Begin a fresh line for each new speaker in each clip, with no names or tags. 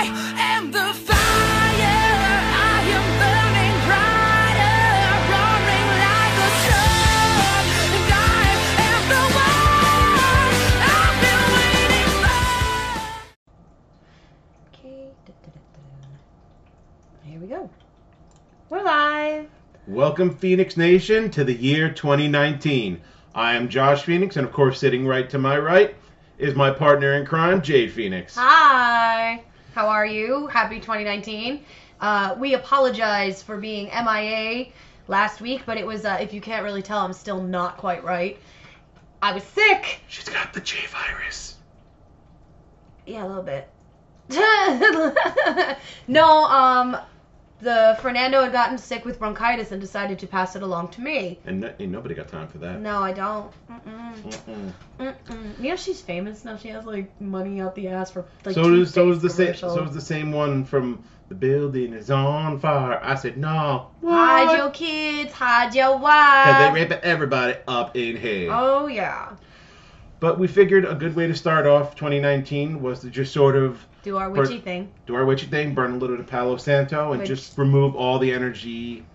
am the fire. I am burning brighter, roaring like a storm. And I am the one I've been waiting for.
Okay. da-da-da-da. Here we go. We're live.
Welcome, Phoenix Nation, to the year 2019. I am Josh Phoenix, and of course, sitting right to my right is my partner in crime, Jade Phoenix.
Hi. How are you? Happy 2019. Uh, we apologize for being MIA last week, but it was, uh, if you can't really tell, I'm still not quite right. I was sick.
She's got the J virus.
Yeah, a little bit. no, um, the Fernando had gotten sick with bronchitis and decided to pass it along to me.
And, no- and nobody got time for that.
No, I don't. Mm-mm.
Mm-mm.
Mm-mm. You know she's famous now. She has like money out the ass for like.
so is so is the
toothpaste
same
commercials.
so is the same one from the building is on fire. I said no.
Hide your kids, hide your
Because
wife.
they rape everybody up in here.
oh yeah.
But we figured a good way to start off 2019 was to just sort of
Do our
Per-
witchy thing.
do our witchy thing, burn a little to Palo Santo, and
Which-
just remove all the energy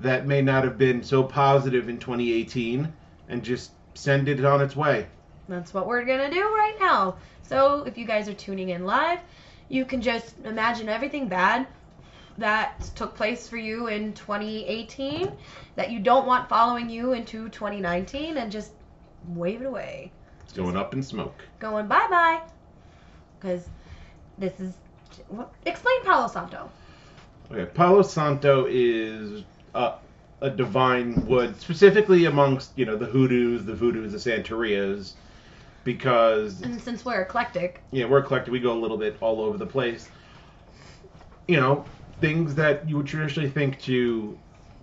that may not have been so positive in 2018, and just send it on its way.
That's what we're gonna do right now. So if you guys are tuning in live, you can just imagine everything bad that took place for you in 2018 that you don't want following you into 2019 and just wave it away.
It's going up in smoke.
Going bye bye. Because this is. What, explain Palo Santo.
Okay, Palo Santo is a, a divine wood, specifically amongst you know the hoodoos, the voodoos, the Santerias, because
And since we're eclectic,
yeah, we're collective. We go a little bit all over the place. You know, things that you would traditionally think to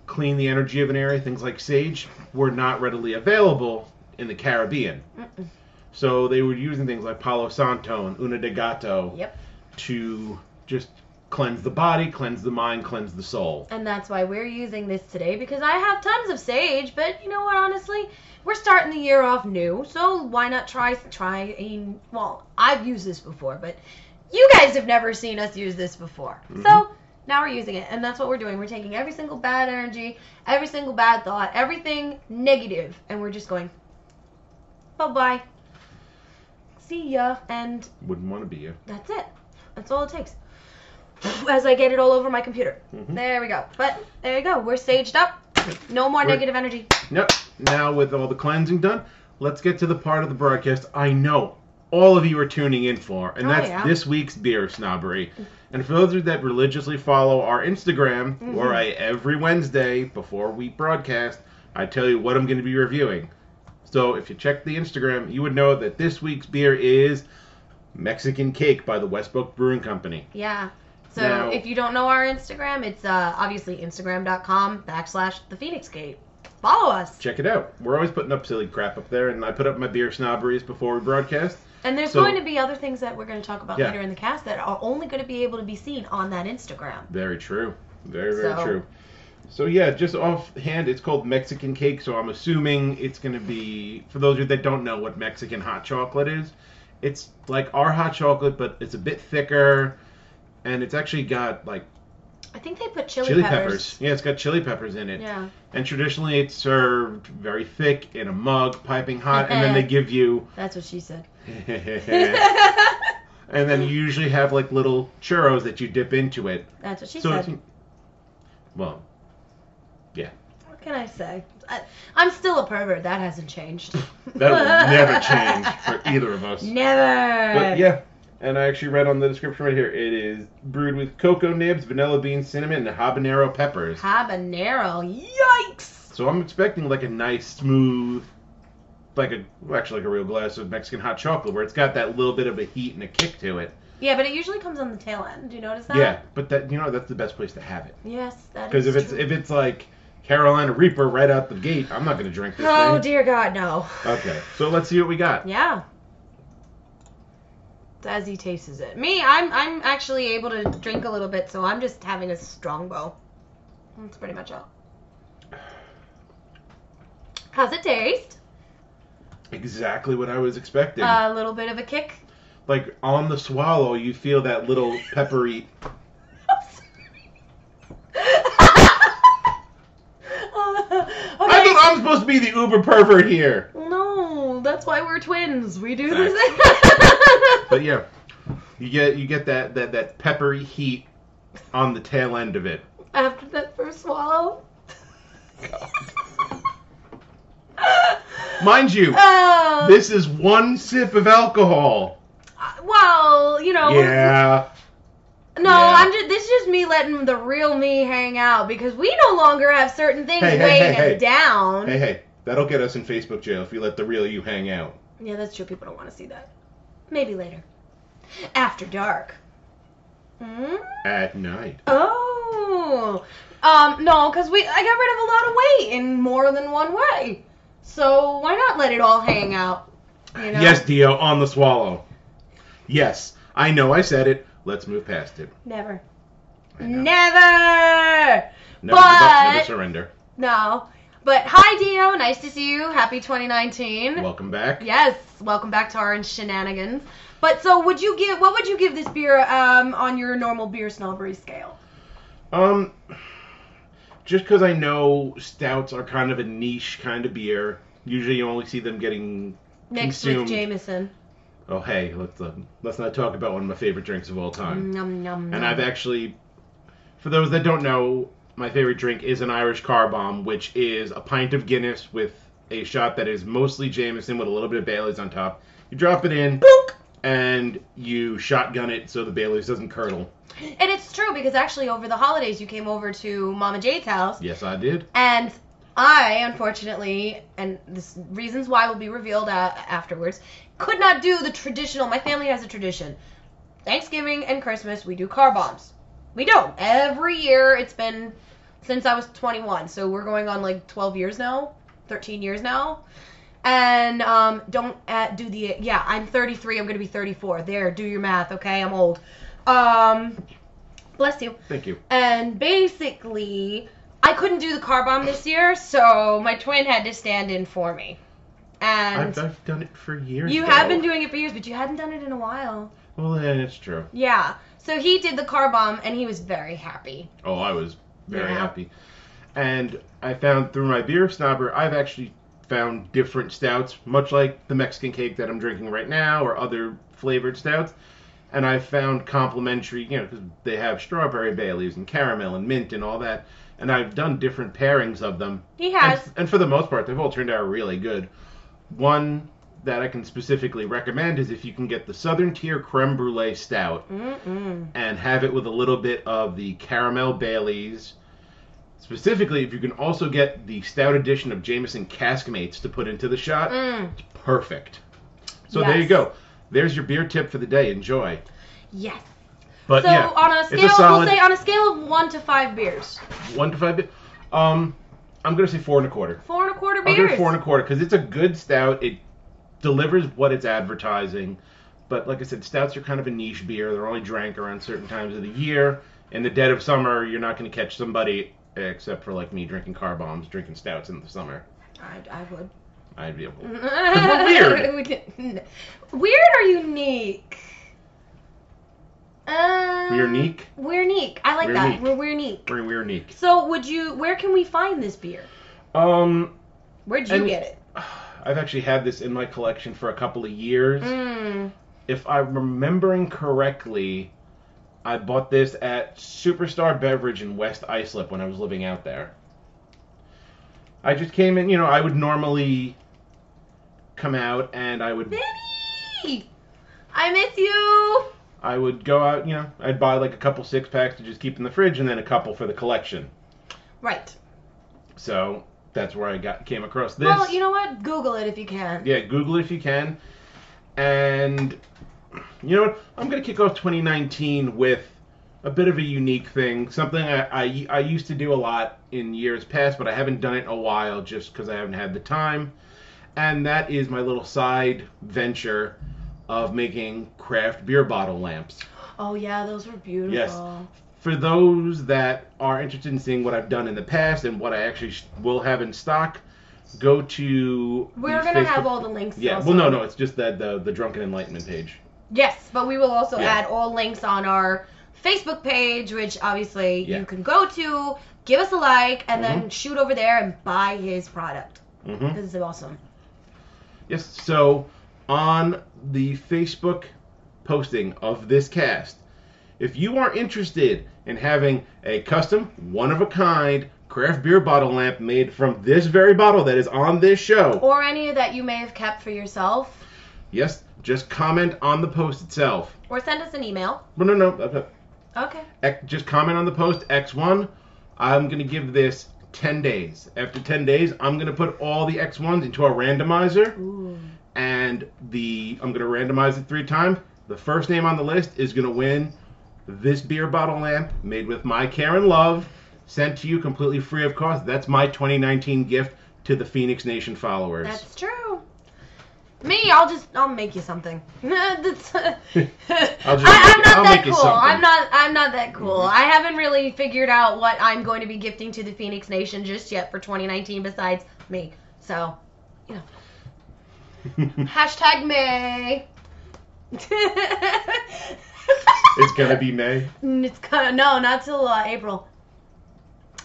clean the energy of an area, things like sage, were not readily available in the Caribbean.
Mm-mm.
So they were using things like Palo Santo and Una de Gato
yep.
to just cleanse the body, cleanse the mind, cleanse the soul.
And that's why we're using this today because I have tons of sage, but you know what, honestly, we're starting the year off new, so why not try try a well, I've used this before, but you guys have never seen us use this before. So now we're using it, and that's what we're doing. We're taking every single bad energy, every single bad thought, everything negative, and we're just going, bye bye, see ya, and
Wouldn't want to be you.
that's it. That's all it takes. As I get it all over my computer.
Mhm.
There we go. But there you go. We're saged up. No more
We're-
negative energy.
Nope. Now with all the cleansing done, let's get to the part of the broadcast I know all of you are tuning in for, and
Oh,
that's
yeah.
this week's beer snobbery. And for those of you that religiously follow our Instagram,
Mm-hmm.
where I every Wednesday before we broadcast, I tell you what I'm going to be reviewing. So if you check the Instagram, you would know that this week's beer is Mexican Cake by the Westbrook Brewing Company.
Yeah. So
Now-
if you don't know our Instagram, it's uh, obviously instagram.com backslash the Phoenix Gate. Follow us.
Check it out. We're always putting up silly crap up there, and I put up my beer snobberies before we broadcast.
And there's
So-
going to be other things that we're going to talk about
Yeah.
later in the cast that are only going to be able to be seen on that Instagram.
Very true. Very, very
So-
true. So yeah, just offhand, it's called Mexican cake. So I'm assuming it's gonna be for those of you that don't know what Mexican hot chocolate is. It's like our hot chocolate, but it's a bit thicker, and it's actually got like
I think they put chili,
chili
peppers.
peppers. Yeah, it's got chili peppers in it.
Yeah.
And traditionally, it's served very thick in a mug, piping hot, and then they give you.
That's what she said.
and then you usually have like little churros that you dip into it.
That's what she
so
said.
it's, well,
What can I say? I, I'm still a pervert. That hasn't changed.
That will never change for either of us.
Never.
But yeah, and I actually read on the description right here it is brewed with cocoa nibs, vanilla bean, cinnamon, and habanero peppers.
Habanero. Yikes.
So I'm expecting like a nice, smooth, like a well, actually like a real glass of Mexican hot chocolate where it's got that little bit of a heat and a kick to it.
Yeah, but it usually comes on the tail end. Do you notice that?
Yeah, but that you know that's the best place to have it
Yes, that
because
is
if it's
true.
if it's like Carolina Reaper right out the gate, I'm not gonna drink this
oh
thing.
dear God, no.
Okay, so let's see what we got.
Yeah. As he tastes it. Me, I'm I'm actually able to drink a little bit, so I'm just having a strong bow. That's pretty much all. How's it taste?
Exactly what I was expecting.
Uh, a little bit of a kick.
like on the swallow, you feel that little peppery. I
okay.
thought I'm supposed to be the uber pervert here.
No, that's why we're twins. We do the
Right.
same.
But yeah, you get you get that that that peppery heat on the tail end of it.
After that first swallow.
Mind you,
Uh,
this is one sip of alcohol.
well, you know,
Yeah.
No,
Yeah.
I'm just. This is just me letting the real me hang out because we no longer have certain things
Hey, hey,
weighing
hey, hey.
us down.
Hey, hey, that'll get us in Facebook jail if you let the real you hang out.
Yeah, that's true. People don't want to see that. Maybe later, after dark. Mm?
At night.
Oh, um, no, because we I got rid of a lot of weight in more than one way. So why not let it all hang out? You know.
Yes, Dio, on the swallow. Yes, I know I said it. Let's move past it.
Never.
I know.
Never.
Never give up, never
but-
surrender.
No. But hi, Dio. Nice to see you. Happy 2019.
Welcome back.
Yes, welcome back to our shenanigans. But so, would you give what would you give this beer um, on your normal beer snobbery scale?
Um, just because I know stouts are kind of a niche kind of beer. Usually, you only see them getting.
Mixed
Consumed.
with Jameson.
Oh, hey, let's uh, let's not talk about one of my favorite drinks of all time.
Nom, nom, nom.
And I've actually, for those that don't know, my favorite drink is an Irish car bomb, which is a pint of Guinness with a shot that is mostly Jameson with a little bit of Bailey's on top. You drop it in,
Boop!
and you shotgun it so the Bailey's doesn't curdle.
And it's true because actually over the holidays you came over to Mama Jade's house
Yes, I did.
and I unfortunately and this reasons why will be revealed uh, afterwards could not do the traditional. My family has a tradition. Thanksgiving and Christmas we do car bombs. We don't. Every year it's been since I was 21. So we're going on like 12 years now, 13 years now. And um, don't uh, do the yeah. I'm 33. I'm gonna be 34. There, do your math. Okay, I'm old. Um, bless you.
Thank you.
And basically, I couldn't do the car bomb this year, so my twin had to stand in for me.
I've,
And
I've done it for years.
you have
though.
been doing it for years, but you hadn't done it in a while.
Well, yeah, it's true.
Yeah. So he did the car bomb, and he was very happy.
Oh, I was very
Yeah.
happy. And I found through my beer snobber, I've actually found different stouts, much like the Mexican cake that I'm drinking right now, or other flavored stouts. And I found complimentary, you know, because they have strawberry Baileys and caramel and mint and all that. And I've done different pairings of them.
He
And,
has.
and for the most part, they've all turned out really good. One that I can specifically recommend is if you can get the Southern Tier Creme Brulee Stout
Mm-mm.
and have it with a little bit of the caramel Baileys. Specifically, if you can also get the stout edition of Jameson Caskmates to put into the shot,
Mm.
it's perfect. So there you
Yes.
go. There's your beer tip for the day. Enjoy.
Yes.
But
so
yeah,
on a
it's a
scale,
solid-
we'll say on a scale of one to five beers,
one to five. Be- um, I'm gonna say four and a quarter.
four and a quarter
I'll
beers.
give it four and a quarter because it's a good stout. It delivers what it's advertising. But like I said, stouts are kind of a niche beer. They're only drank around certain times of the year. In the dead of summer, you're not going to catch somebody except for like me drinking car bombs, drinking stouts in the summer.
I, I would.
I'd be able.
Mm. we're
weird.
weird or unique? Um,
We're unique.
We're unique. I like
We're
that.
unique.
We're we're unique.
We're, we're unique.
So would you? Where can we find this beer?
Um,
Where'd you
And-
get it?
I've actually had this in my collection for a couple of years.
Mm.
If I'm remembering correctly, I bought this at Superstar Beverage in West Islip when I was living out there. I just came in, you know, I would normally come out and I would
Vinny, I miss you.
I would go out, you know, I'd buy like a couple six packs to just keep in the fridge and then a couple for the collection.
Right.
So that's where I got came across this.
Well, you know what? Google it if you can.
Yeah, Google it if you can. And you know what? I'm gonna kick off 2019 with a bit of a unique thing, something I, I, I used to do a lot in years past, but I haven't done it in a while just because I haven't had the time. And that is my little side venture of making craft beer bottle lamps.
Oh yeah, those were beautiful.
For those that are interested in seeing what I've done in the past and what I actually sh- will have in stock, go to
We're
the
gonna
Facebook-
have all the links.
yeah,
also.
well, no, no, it's just that the the drunken enlightenment page.
Yes, but we will also
Yeah.
add all links on our Facebook page, which obviously
Yeah.
you can go to, give us a like, and then shoot over there and buy his product.
Mm-hmm.
This is awesome.
Yes, so on the Facebook posting of this cast, if you are interested in having a custom, one of a kind craft beer bottle lamp made from this very bottle that is on this show,
Or any that you may have kept for yourself,
yes, just comment on the post itself.
or send us an email.
No, no, no. uh, uh,
Okay.
X- Just comment on the post X1. I'm going to give this 10 days. After 10 days, I'm going to put all the X1s into our randomizer.
Ooh.
and the I'm gonna randomize it three times. The first name on the list is gonna win this beer bottle lamp made with my care and love, sent to you completely free of cost. That's my 2019 gift to the Phoenix Nation followers.
That's true. Me, I'll just I'll make you something. That's- I,
make
am
you-
not
I'll
that
make you
cool.
something. Mm-hmm.
I'm not I'm not that cool. I haven't really figured out what I'm going to be gifting to the Phoenix Nation just yet for 2019 besides me. So hashtag May.
it's gonna be May.
Mm, It's kind of, no, not till uh, April.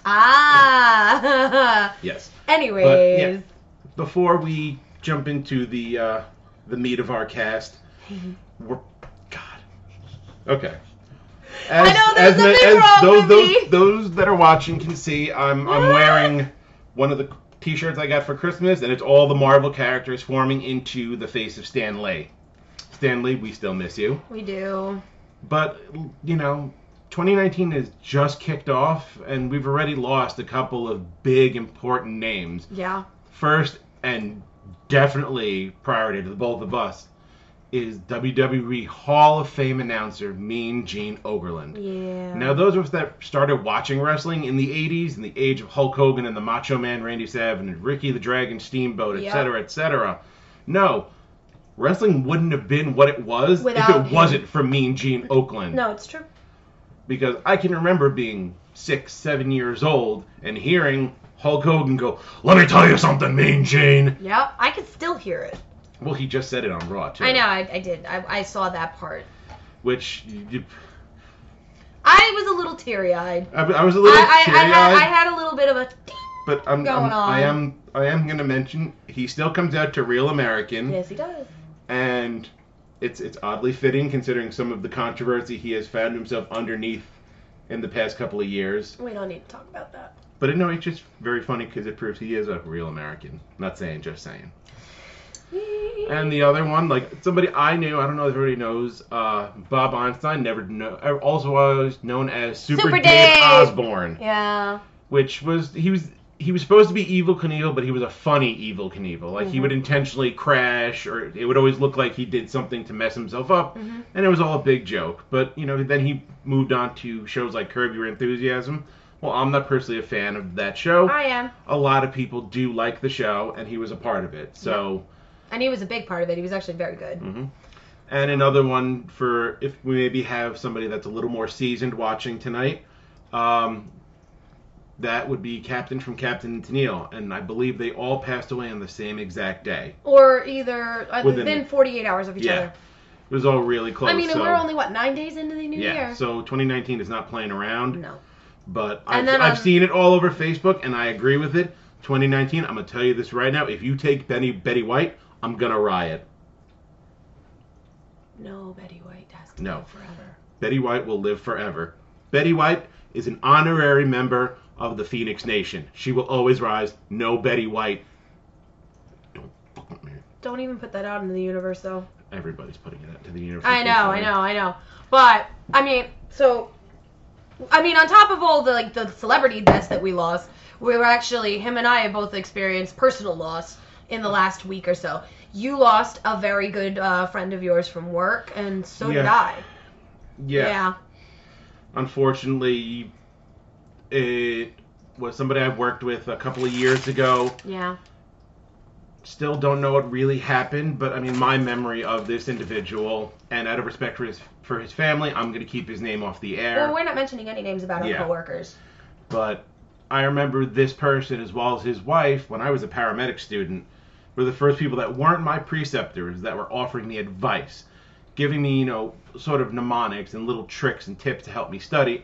Ah.
Yes.
Anyways.
Before we jump into the uh, the meat of our cast, we're God. Okay. As,
know there's
ma-
nothing wrong
those,
with
those,
me.
those that are watching can see I'm I'm wearing one of the t-shirts I got for Christmas, and it's all the Marvel characters forming into the face of Stan Lee. Stan Lee, we still miss you,
We do.
but you know, 2019 has just kicked off, and we've already lost a couple of big important names
Yeah.
first and definitely priority to the both of us is WWE Hall of Fame announcer Mean Gene Okerlund.
Yeah.
Now, those of us that started watching wrestling in the 80s, in the age of Hulk Hogan and the Macho Man Randy Savage and Ricky the Dragon Steamboat,
Yep.
etc., etc., no, wrestling wouldn't have been what it was if
Without
it
him.
wasn't for Mean Gene Oakland
No, it's true.
because I can remember being six, seven years old and hearing Hulk Hogan go, "Let me tell you something, Mean Gene."
Yep. I can still hear it.
Well, he just said it on Raw too.
I know. I, I did. I, I saw that part.
Which you,
I was a little teary eyed.
I, I was a
I,
little
I, I, had,
teary-eyed,
I had a little bit of a. ding.
but I'm,
going
I'm- I
on.
am I am gonna mention he still comes out to real American,
Yes, he does.
and it's it's oddly fitting considering some of the controversy he has found himself underneath in the past couple of years.
We don't need to talk about that.
But no, it's just very funny because it proves he is a real American. Not saying, just saying. And the other one, like somebody I knew, I don't know if everybody knows, uh, Bob Einstein, never know, also was known as Super,
Super
Dave,
Dave.
Osborne,
Yeah.
which was he was he was supposed to be evil Knievel, but he was a funny evil Knievel. Like he would intentionally crash, or it would always look like he did something to mess himself up, and it was all a big joke. But you know, then he moved on to shows like Curb Your Enthusiasm. Well, I'm not personally a fan of that show.
I am.
a lot of people do like the show, and he was a part of it, so.
And he was a big part of it. He was actually very good.
And another one for if we maybe have somebody that's a little more seasoned watching tonight. Um, that would be Captain from Captain and Tennille, and I believe they all passed away on the same exact day.
Or either uh,
Mm-hmm. Within-
within, 48 hours of each
Yeah,
other.
It was all really close.
I mean,
so,
and we're only, what, nine days into the new
yeah.
year?
So 2019 is not playing around,
no.
but I've,
And then um,
I've
on-
seen it all over Facebook, and I agree with it. 2019, I'm gonna tell you this right now: if you take Benny Betty White, I'm gonna riot.
No, Betty White has to
No.
live forever.
Betty White will live forever. Betty White is an honorary member of the Phoenix Nation. She will always rise. No Betty White. Don't fuck with me.
Don't even put that out in the universe, though.
Everybody's putting it out to the universe.
I know, I know, I know. But I mean, so I mean, on top of all the like the celebrity deaths that we lost, we were actually him and I have both experienced personal loss in the last week or so. You lost a very good uh, friend of yours from work, and so did
Yeah.
I.
Yeah. Unfortunately, it was somebody I've worked with a couple of years ago.
yeah,
Still don't know what really happened, but I mean, my memory of this individual, and out of respect for his, for his family, I'm going to keep his name off the air.
Well, we're not mentioning any names about our
Yeah.
coworkers.
but I remember this person as well as his wife when I was a paramedic student were the first people that weren't my preceptors that were offering me advice, giving me, you know, sort of mnemonics and little tricks and tips to help me study,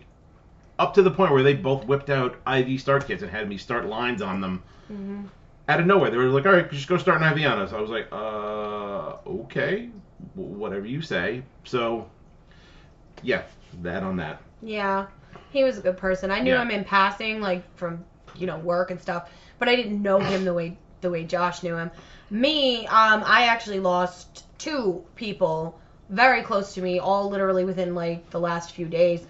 up to the point where they both whipped out IV start kits and had me start lines on them
Mhm.
out of nowhere. They were like, all right, just go start an IV on us. I was like, uh, okay, w- whatever you say. So, yeah, that on that.
Yeah, he was a good person. I knew
Yeah.
him in passing, like from you know work and stuff, but I didn't know him the way the way Josh knew him. Me, um, I actually lost two people very close to me, all literally within like the last few days.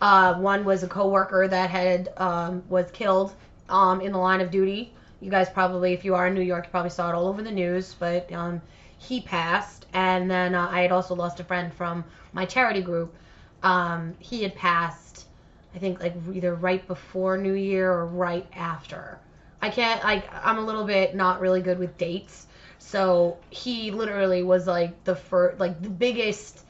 Uh, one was a coworker that had um, was killed um, in the line of duty. You guys probably, if you are in New York, you probably saw it all over the news. But um, he passed, and then uh, I had also lost a friend from my charity group. Um, he had passed, I think, like either right before New Year or right after. I can't, like, I'm a little bit not really good with dates. So he literally was like the first, like the biggest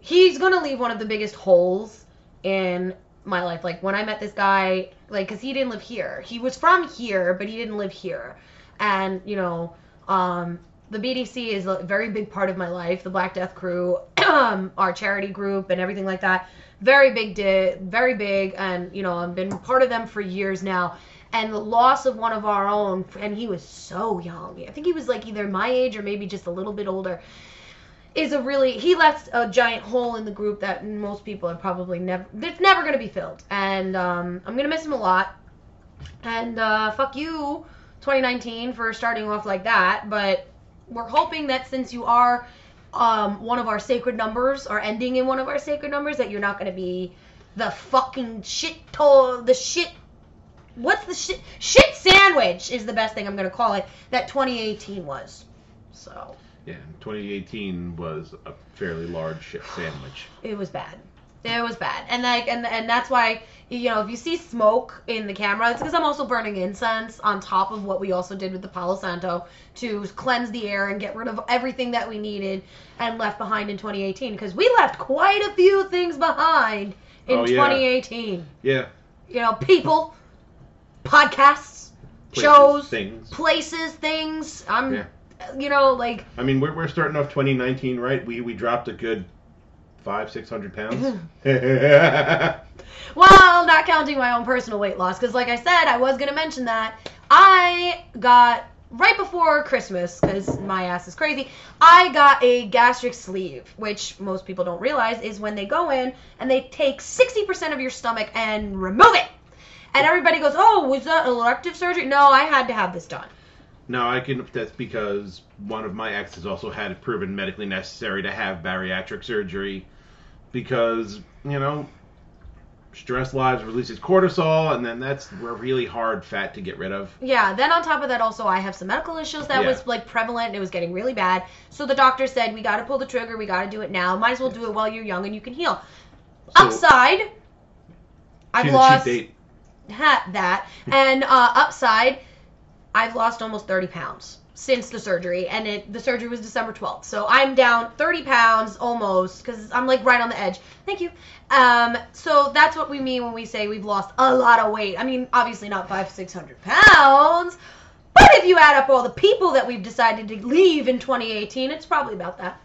he's gonna leave one of the biggest holes in my life. Like when I met this guy, like because he didn't live here. He was from here, but he didn't live here. And you know, um, the BDC is a very big part of my life. The Black Death Crew, um, our charity group, and everything like that. Very big, di- very big, and you know, I've been part of them for years now. And the loss of one of our own, and he was so young. I think he was like either my age or maybe just a little bit older is a really he left a giant hole in the group that most people are probably never that's never gonna be filled and um, i'm gonna miss him a lot and uh, fuck you 2019 for starting off like that but we're hoping that since you are um, one of our sacred numbers or ending in one of our sacred numbers that you're not gonna be the fucking shit to the shit what's the shit shit sandwich is the best thing i'm gonna call it that 2018 was so
Yeah, 2018 was a fairly large shit sandwich.
it was bad. It was bad, and like, and and that's why you know if you see smoke in the camera, it's because I'm also burning incense on top of what we also did with the Palo Santo to cleanse the air and get rid of everything that we needed and left behind in 2018. Because we left quite a few things behind in
Oh, yeah.
2018.
Yeah.
You know, people, podcasts,
places,
shows,
Things.
places, things. I'm,
Yeah.
you know, like
I mean, we're, we're starting off 2019, right? We we dropped a good five, six hundred pounds.
Well, not counting my own personal weight loss, because like I said, I was gonna mention that I got right before Christmas, because my ass is crazy. I got a gastric sleeve, which most people don't realize is when they go in and they take 60% of your stomach and remove it. And everybody goes, "Oh, was that elective surgery?" No, I had to have this done.
no, I can. That's because one of my exes also had it proven medically necessary to have bariatric surgery because you know stress lives releases cortisol, and then that's a really hard fat to get rid of.
Yeah, then on top of that also I have some medical issues that
Yeah.
was like prevalent, it was getting really bad. So the doctor said we got to pull the trigger, we got to do it now. Might as well do it while you're young and you can heal.
So,
upside i've
she's a cheap
lost
date.
ha- that and uh, upside i've lost almost 30 pounds since the surgery and it the surgery was december 12th so i'm down 30 pounds almost because i'm like right on the edge thank you um so that's what we mean when we say we've lost a lot of weight i mean obviously not five six hundred pounds but if you add up all the people that we've decided to leave in 2018 it's probably about that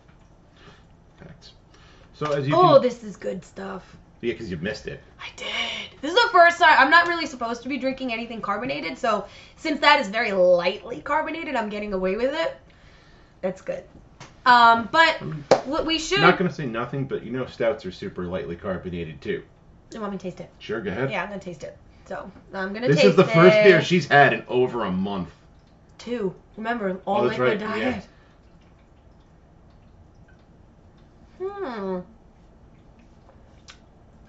Facts. So as you
oh
can,
this is good stuff
yeah, because you missed it.
I did. This is the first time I'm not really supposed to be drinking anything carbonated, so since that is very lightly carbonated, I'm getting away with it. That's good. Um, but what we should.
Not gonna say nothing, but you know stouts are super lightly carbonated too.
You want me to taste it?
Sure, go ahead.
Yeah, I'm gonna taste it. So I'm gonna
This
taste
is the first
it.
beer she's had in over a month.
Two. Remember, all
Oh, that's
liquid
right,
diet. Hmm.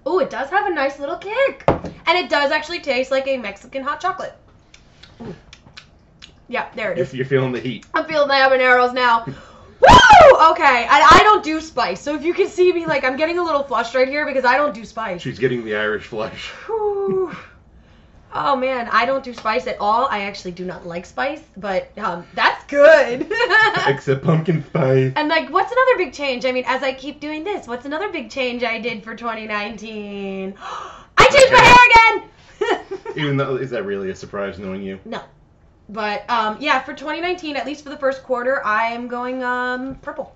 Oh, it does have a nice little kick, and it does actually taste like a Mexican hot chocolate. Mm. Yeah, there it is.
If you're feeling the heat.
I'm feeling my habaneros now. Woo! Okay, and I don't do spice, so if you can see me, like I'm getting a little flushed right here because I don't do spice.
She's getting the Irish flush.
Whew. Oh man, I don't do spice at all. I actually do not like spice, but um, that's good.
Except pumpkin spice.
and like, what's another big change? I mean, as I keep doing this, what's another big change I did for 2019? I changed my hair again.
Even though, is that really a surprise knowing you?
No. But um, yeah, for 2019, at least for the first quarter, I am going um, purple.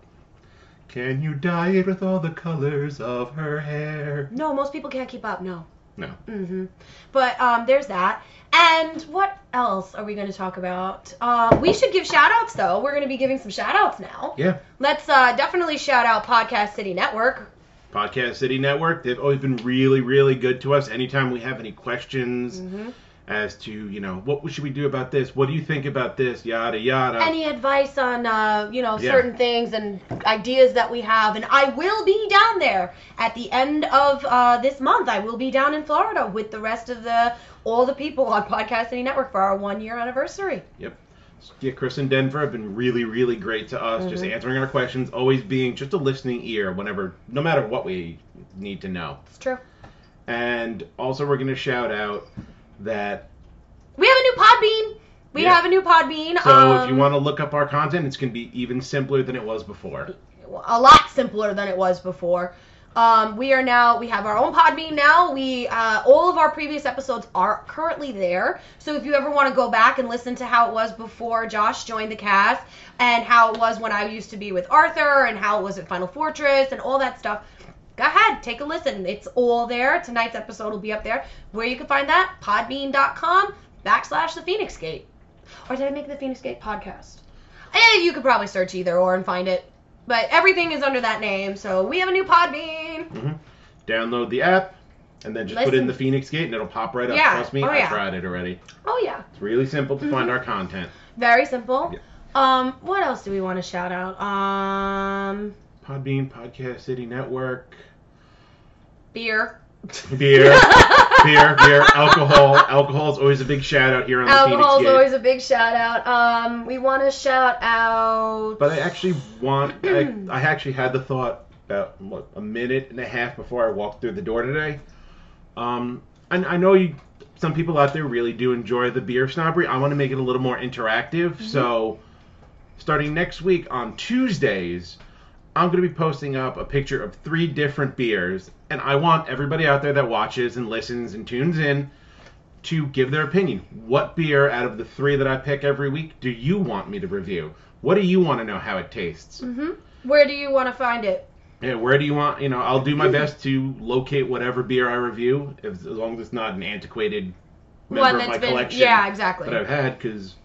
Can you dye it with all the colors of her hair?
No, most people can't keep up. No.
No.
hmm But um, there's that. And what else are we going to talk about? Uh, we should give shout outs, though. We're going to be giving some shout outs now.
Yeah.
Let's uh, definitely shout out Podcast City Network.
Podcast City Network, they've always been really, really good to us. Anytime we have any questions
Mm-hmm.
as to, you know, what should we do about this? What do you think about this? Yada, yada.
Any advice on, uh, you know,
Uh. Yeah.
certain things and ideas that we have. And I will be down there at the end of uh, this month. I will be down in Florida with the rest of the all the people on Podcast City Network for our one year anniversary.
Yep. Yeah, Chris and Denver have been really, really great to us, just
Mm-hmm.
answering our questions, always being just a listening ear whenever, no matter what we need to know.
It's true.
And also, we're going to shout out that.
We have a new Podbean. We
Yeah.
have a new Podbean.
So,
um,
if you want to look up our content, it's going to be even simpler than it was before.
a lot simpler than it was before. Um, we are now we have our own Podbean now. We uh, all of our previous episodes are currently there. So if you ever want to go back and listen to how it was before Josh joined the cast and how it was when I used to be with Arthur and how it was at Final Fortress and all that stuff, go ahead, take a listen. It's all there. Tonight's episode will be up there. Where you can find that podbean.com backslash the Phoenix Gate. Or did I make the Phoenix Gate podcast? Eh, you could probably search either or and find it. But everything is under that name, so we have a new Podbean.
Mm-hmm. Download the app, and then just put in
Listen.
the Phoenix Gate, and it'll pop right up.
Yeah.
Trust me,
Oh,
I
yeah. Mm-hmm.
tried it already.
Oh yeah,
It's really simple to find our content.
very simple.
Yeah.
Um, what else do we want to shout out? Um,
Podbean, Podcast City Network,
beer,
beer, beer, beer, alcohol. Alcohol is always a big shout out here on the
alcohol is
Phoenix Gate.
always a big shout out. Um, we want to shout out.
But I actually want. I, I actually had the thought about what, a minute and a half before I walked through the door today. Um, and I know you, some people out there really do enjoy the beer snobbery. I want to make it a little more interactive.
Mm-hmm.
So, starting next week on Tuesdays, I'm going to be posting up a picture of three different beers, and I want everybody out there that watches and listens and tunes in to give their opinion. What beer out of the three that I pick every week do you want me to review? What do you want to know how it tastes?
mm-hmm. Where do you want to find it?
Yeah, where do you want? You know, I'll do my best to locate whatever beer I review, if, as long as it's not an antiquated member
One
of
that's
my
been-
collection.
yeah, exactly.
That I've had because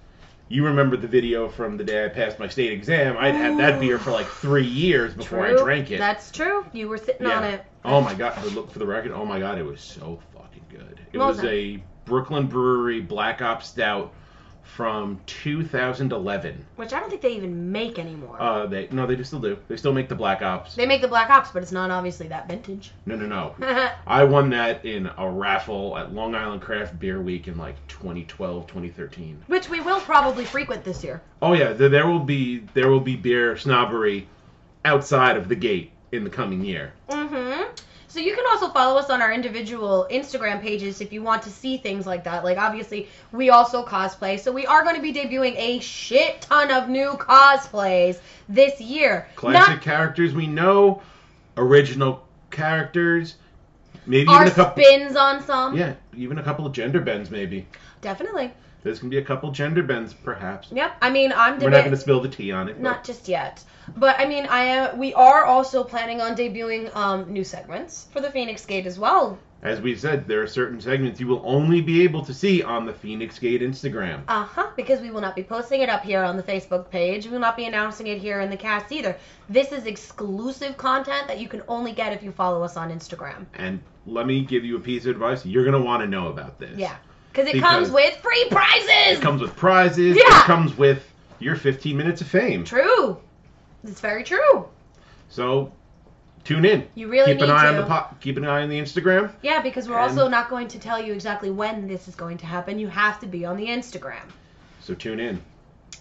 you remember the video from the day I passed my state exam. I'd had that beer for like three years before I drank it.
That's true. You were sitting on it.
Oh my god! but Look for the record. Oh my god! It was so fucking good. It
Well
was
done.
a Brooklyn Brewery Black Ops Stout from 2011.
Which I don't think they even make anymore.
Uh, they no, they still do. They still make the Black Ops.
they make the Black Ops, but it's not obviously that vintage.
No, no, no. I won that in a raffle at Long Island Craft Beer Week in like 2012, 2013.
Which we will probably frequent this year.
Oh yeah, th- there will be there will be beer snobbery outside of the gate in the coming year.
hmm So you can also follow us on our individual Instagram pages if you want to see things like that. Like obviously, we also cosplay, so we are going to be debuting a shit ton of new cosplays this year.
Classic
Not
characters we know, original characters, maybe
our
even a couple.
spins on some.
Yeah, even a couple of gender bends maybe.
Definitely.
There's gonna be a couple gender bends perhaps.
Yep. I mean, I'm
We're not
debating.
gonna spill the tea on it. but-
Not just yet. But I mean, I am. We are also planning on debuting um, new segments for the Phoenix Gate as well.
As we said, there are certain segments you will only be able to see on the Phoenix Gate Instagram.
Uh huh. Because we will not be posting it up here on the Facebook page. We will not be announcing it here in the cast either. This is exclusive content that you can only get if you follow us on Instagram.
And let me give you a piece of advice. You're going to want to know about this.
Yeah. Because it
Because-
comes with free prizes.
It comes with prizes.
Yeah.
It comes with your 15 minutes of fame.
true. It's very true.
So tune in.
You really
keep an
need
eye on
to.
the po- keep an eye on the Instagram.
Yeah, because we're
And-
also not going to tell you exactly when this is going to happen. You have to be on the Instagram.
So tune in.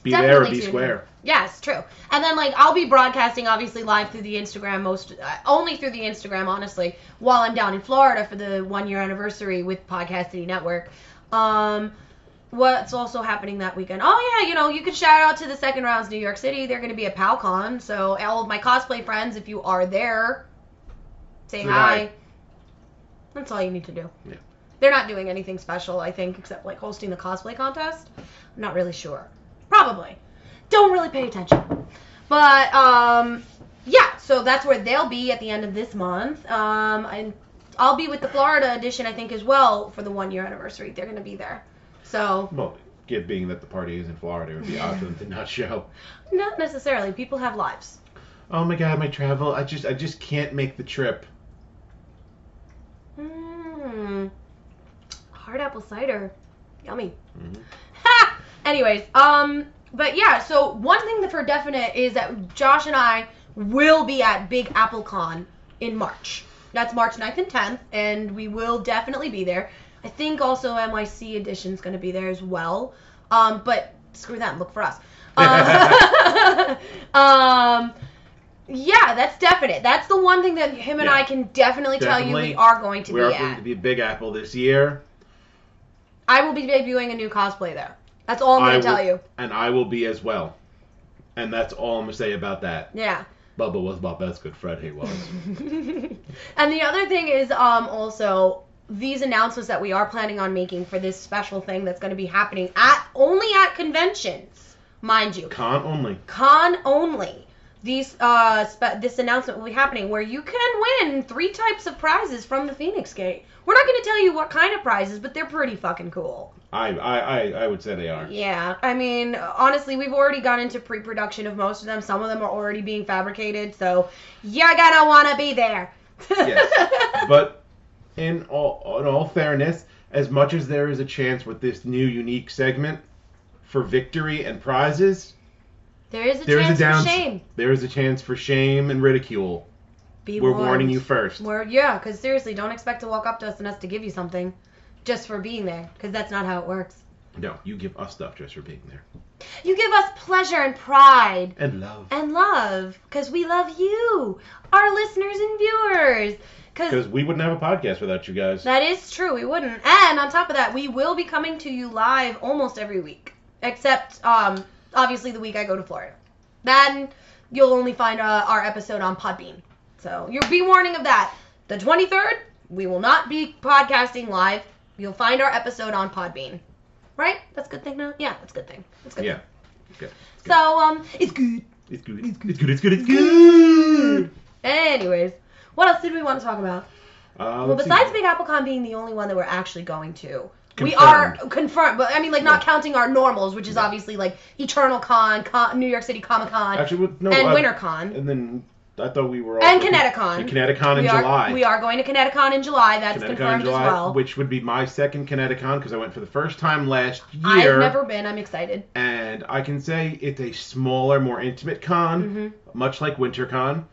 Be there or
Definitely
be
tune
square.
in. Yes, true. And then like I'll be broadcasting obviously live through the Instagram most uh, only through the Instagram honestly while I'm down in Florida for the 1 year anniversary with Podcast City Network. Um what's also happening that weekend? Oh yeah, you know, you could shout out to the second rounds New York City. They're going to be at PowCon, so all of my cosplay friends if you are there say
Say
hi.
hi.
That's all you need to do.
Yeah.
They're not doing anything special, I think, except like hosting the cosplay contest. I'm not really sure. Probably. Don't really pay attention. But um yeah, So that's where they'll be at the end of this month. Um, and I'll be with the Florida edition, I think, as well for the one year anniversary. They're going to be there. So
Well, yeah, being that the party is in Florida, it would be odd for them to not show.
not necessarily. People have lives.
Oh my god, my travel! I just, I just can't make the trip.
Mmm. Hard apple cider. Yummy.
Mhm.
Ha! Anyways, um, but yeah, so one thing for definite is that Josh and I will be at Big Apple Con in March. That's March 9th and 10th, and we will definitely be there. I think also NYC Edition's going to be there as well. Um, but screw them, look for us. Um, um, yeah, that's definite. That's the one thing that him and
Yeah.
I can definitely, tell you
Definitely.
we are going to
We
be
are
at.
going to be Big Apple this year,
I will be debuting a new cosplay there. That's all I'm
I
going
will-
to tell you.
and I will be as well. And that's all I'm gonna say about that.
Yeah.
Bubba was my best good friend. He was.
and the other thing is um also these announcements that we are planning on making for this special thing that's going to be happening at only at conventions, mind you.
Con only.
Con only. These uh spe- this announcement will be happening where you can win three types of prizes from the Phoenix Gate. We're not going to tell you what kind of prizes, but they're pretty fucking cool.
I, I, I, I would say they are.
Yeah, I mean, honestly, we've already gone into pre-production of most of them. Some of them are already being fabricated, so you're gonna wanna be there.
Yes. but in all, in all fairness, as much as there is a chance with this new unique segment for victory and prizes,
there is a
there is a
chance
down.
for shame.
There is a chance for shame and ridicule.
Be
We're
warned.
warning you 1st
We're, yeah, because seriously, don't expect to walk up to us and us to give you something just for being there, because that's not how it works.
No, you give us stuff just for being there.
You give us pleasure and pride
And love.
and love, because we love you, our listeners and viewers. Because
Because we wouldn't have a podcast without you guys.
That is true. We wouldn't. And on top of that, we will be coming to you live almost every week, except um, obviously the week I go to Florida. Then you'll only find uh, our episode on Podbean. So you'll be warning of that. The 23rd, we will not be podcasting live. You'll find our episode on Podbean. Right? That's a good thing. No? Yeah, that's a good thing. That's a good.
Yeah.
Thing.
Okay.
So um, it's good.
It's good. It's good. It's good. It's good. It's good.
Anyways, what else did we want to talk about?
Uh,
Well,
let's see.
besides Big AppleCon being the only one that we're actually going to, we
Confirmed.
are confirmed. But I mean, like not
Yeah.
counting our normals, which is obviously like Eternal Con, Con New York City Comic Con,
Actually, with- no.
and
uh,
WinterCon.
And then I thought we were.
And
also-
Kineticon.
And Kineticon in
we are
July.
we are going to Kineticon in July. That's
Kineticon
confirmed
in July,
as well.
which would be my second Kineticon because I went for the first time last year.
I've never been. I'm excited.
And I can say it's a smaller, more intimate con,
Mm-hmm.
much like WinterCon,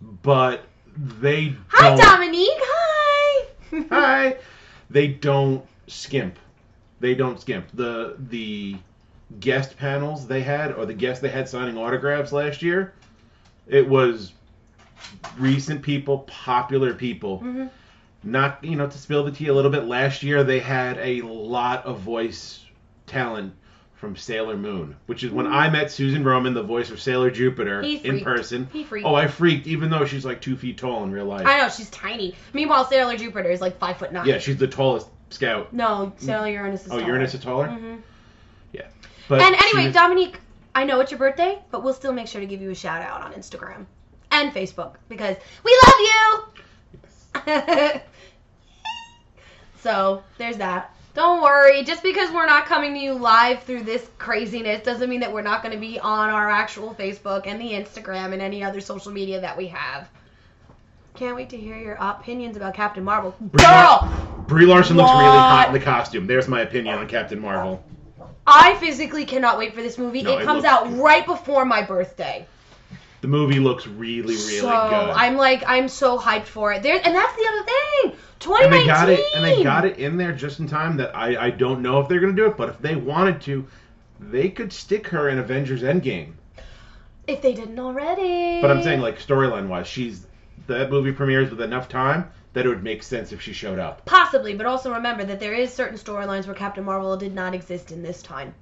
but they
Hi,
don't.
Dominique. Hi.
Hi. They don't skimp. They don't skimp. The the guest panels they had, or the guests they had signing autographs last year, it was recent people, popular people.
Mhm.
Not you know to spill the tea a little bit. Last year they had a lot of voice talent from Sailor Moon, which is when I met Susan Roman, the voice of Sailor Jupiter,
Mm-hmm. He
in
freaked.
person.
He freaked.
Oh, I freaked, even though she's like two feet tall in real life.
I know she's tiny. Meanwhile, Sailor Jupiter is like five foot nine.
Yeah, she's the tallest scout.
No, Sailor Uranus is.
Oh,
taller.
Uranus is taller.
Mhm.
Yeah. But
and anyway,
she was-
Dominique, I know it's your birthday, but we'll still make sure to give you a shout out on Instagram and Facebook because we love you. so there's that. Don't worry. Just because we're not coming to you live through this craziness doesn't mean that we're not going to be on our actual Facebook and the Instagram and any other social media that we have. Can't wait to hear your opinions about Captain Marvel. Girl,
Brie Larson looks really
What?
hot in the costume. There's my opinion on Captain Marvel.
I physically cannot wait for this movie.
No,
it
it
comes
looks
out
good.
right before my birthday.
The movie looks really, really
so
good.
I'm like, I'm so hyped for it. There, and that's the other thing. 2019.
and they got it, and they got it in there just in time. That I, I don't know if they're gonna do it, but if they wanted to, they could stick her in Avengers Endgame.
If they didn't already.
But I'm saying like storyline wise, she's that movie premieres with enough time that it would make sense if she showed up.
possibly, but also remember that there is certain storylines where Captain Marvel did not exist in this time.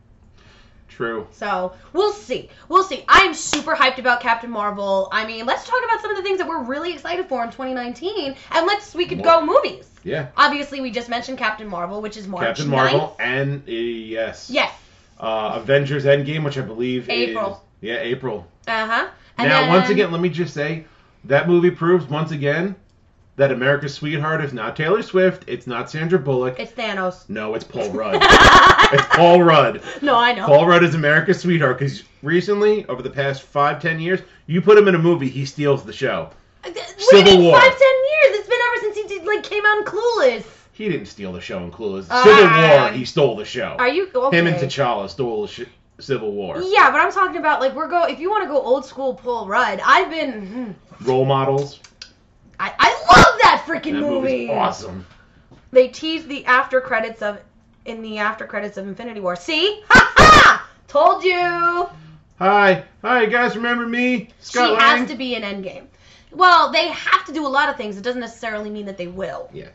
True.
So we'll see. We'll see. I am super hyped about Captain Marvel. I mean, let's talk about some of the things that we're really excited for in 2019, and let's we could go movies.
Yeah.
Obviously, we just mentioned Captain Marvel, which is March
Captain
9th.
Marvel and uh, yes.
Yes.
Uh, Avengers Endgame, which I believe
April.
is yeah April.
Uh huh.
now, once again, let me just say, That movie proves once again that America's sweetheart is not Taylor Swift. It's not Sandra Bullock.
It's Thanos.
no, it's Paul Rudd. it's Paul Rudd.
No, I know.
Paul Rudd is America's sweetheart because recently, over the past five, ten years, you put him in a movie, he steals the show.
What do you
Civil
mean
War.
Five, ten years. It's been ever since he did, like came out in Clueless.
He didn't steal the show in Clueless.
Ah.
Civil War, he stole the show.
Are you okay?
Him and T'Challa stole the sh- Civil War.
Yeah, but I'm talking about like we're go. If you want to go old school, Paul Rudd. I've been. hmm,
Role models.
I I love that freaking
That
movie.
movie's awesome.
They teased the after credits of in the after credits of Infinity War. See, ha ha! Told you.
Hi, hi, you guys remember me? Scott
she
Lang?
has to be in Endgame. Well, they have to do a lot of things. It doesn't necessarily mean that they will.
Yes.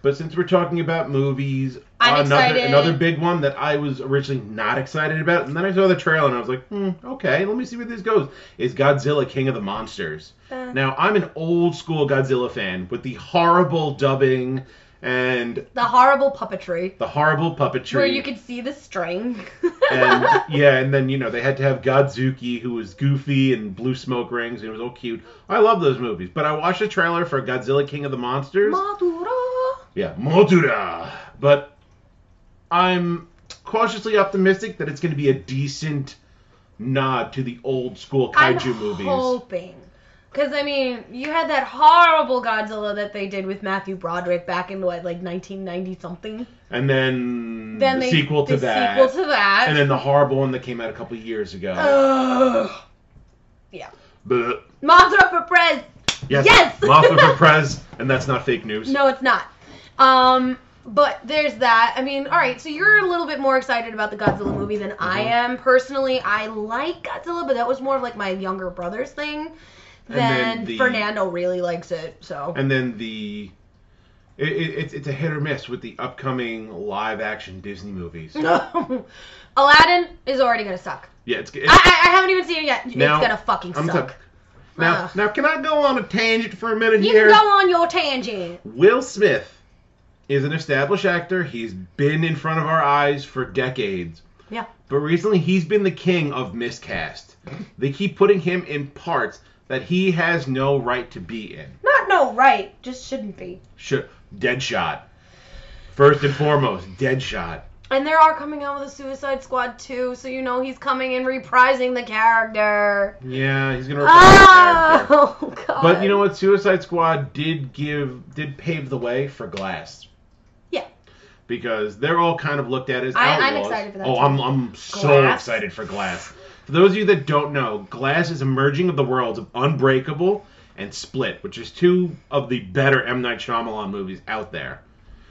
But since we're talking about movies,
I'm
another
excited.
another big one that I was originally not excited about, and then I saw the trailer and I was like, hmm, okay, let me see where this goes. Is Godzilla King of the Monsters?
Uh.
Now I'm an old school Godzilla fan with the horrible dubbing and
The horrible puppetry
the horrible puppetry.
where you could see the string.
and yeah, and then you know they had to have Godzuki, who was goofy and blue smoke rings, and it was all cute. I love those movies, but I watched the trailer for Godzilla King of the Monsters.
Maduro.
Yeah, Motura. But I'm cautiously optimistic that it's going to be a decent nod to the old school kaiju
I'm
movies.
hoping. Because, I mean, you had that horrible Godzilla that they did with Matthew Broderick back in, what, like 1990 something?
And then,
Then
Mm-hmm. the
they,
sequel to
the
that.
sequel to that. Oh.
and then the horrible one that came out a couple years ago.
Ugh.
But
Maduro for Prez.
yes,
Yes!
Mafia for Prez, and that's not fake news.
No, it's not. Um, but there's that. I mean, all right. So you're a little bit more excited about the Godzilla movie than I
Mhm.
am personally. I like Godzilla, but that was more of like my younger brother's thing.
And then
Then
the-
Fernando really likes it. So
And then the. It, it, it's, it's a hit or miss with the upcoming live action Disney movies.
Aladdin is already gonna suck.
Yeah, it's, it's
I, I, I haven't even seen it yet.
Now,
it's gonna fucking
I'm
suck.
t- now,
Ugh.
now, can I go on a tangent for a minute
you
here?
can go on your tangent.
Will Smith is an established actor. He's been in front of our eyes for decades.
Yeah.
But recently, he's been the king of miscast. They keep putting him in parts that he has no right to be in.
Not no right. Just shouldn't be.
Sure, Deadshot. First and foremost, Deadshot.
And they are coming out with a Suicide Squad too, so you know he's coming and reprising the character.
Yeah, he's gonna. reprise his character.
Oh god.
But you know what? Suicide Squad did give, did pave the way for Glass.
Yeah.
because they're all kind of looked at as
I- I'm
outlaws.
excited for that
Oh,
too.
I'm I'm so
Glass.
excited for Glass. For those of you that don't know, Glass is a merging of the worlds of Unbreakable and Split, which is two of the better M Night Shyamalan movies out there.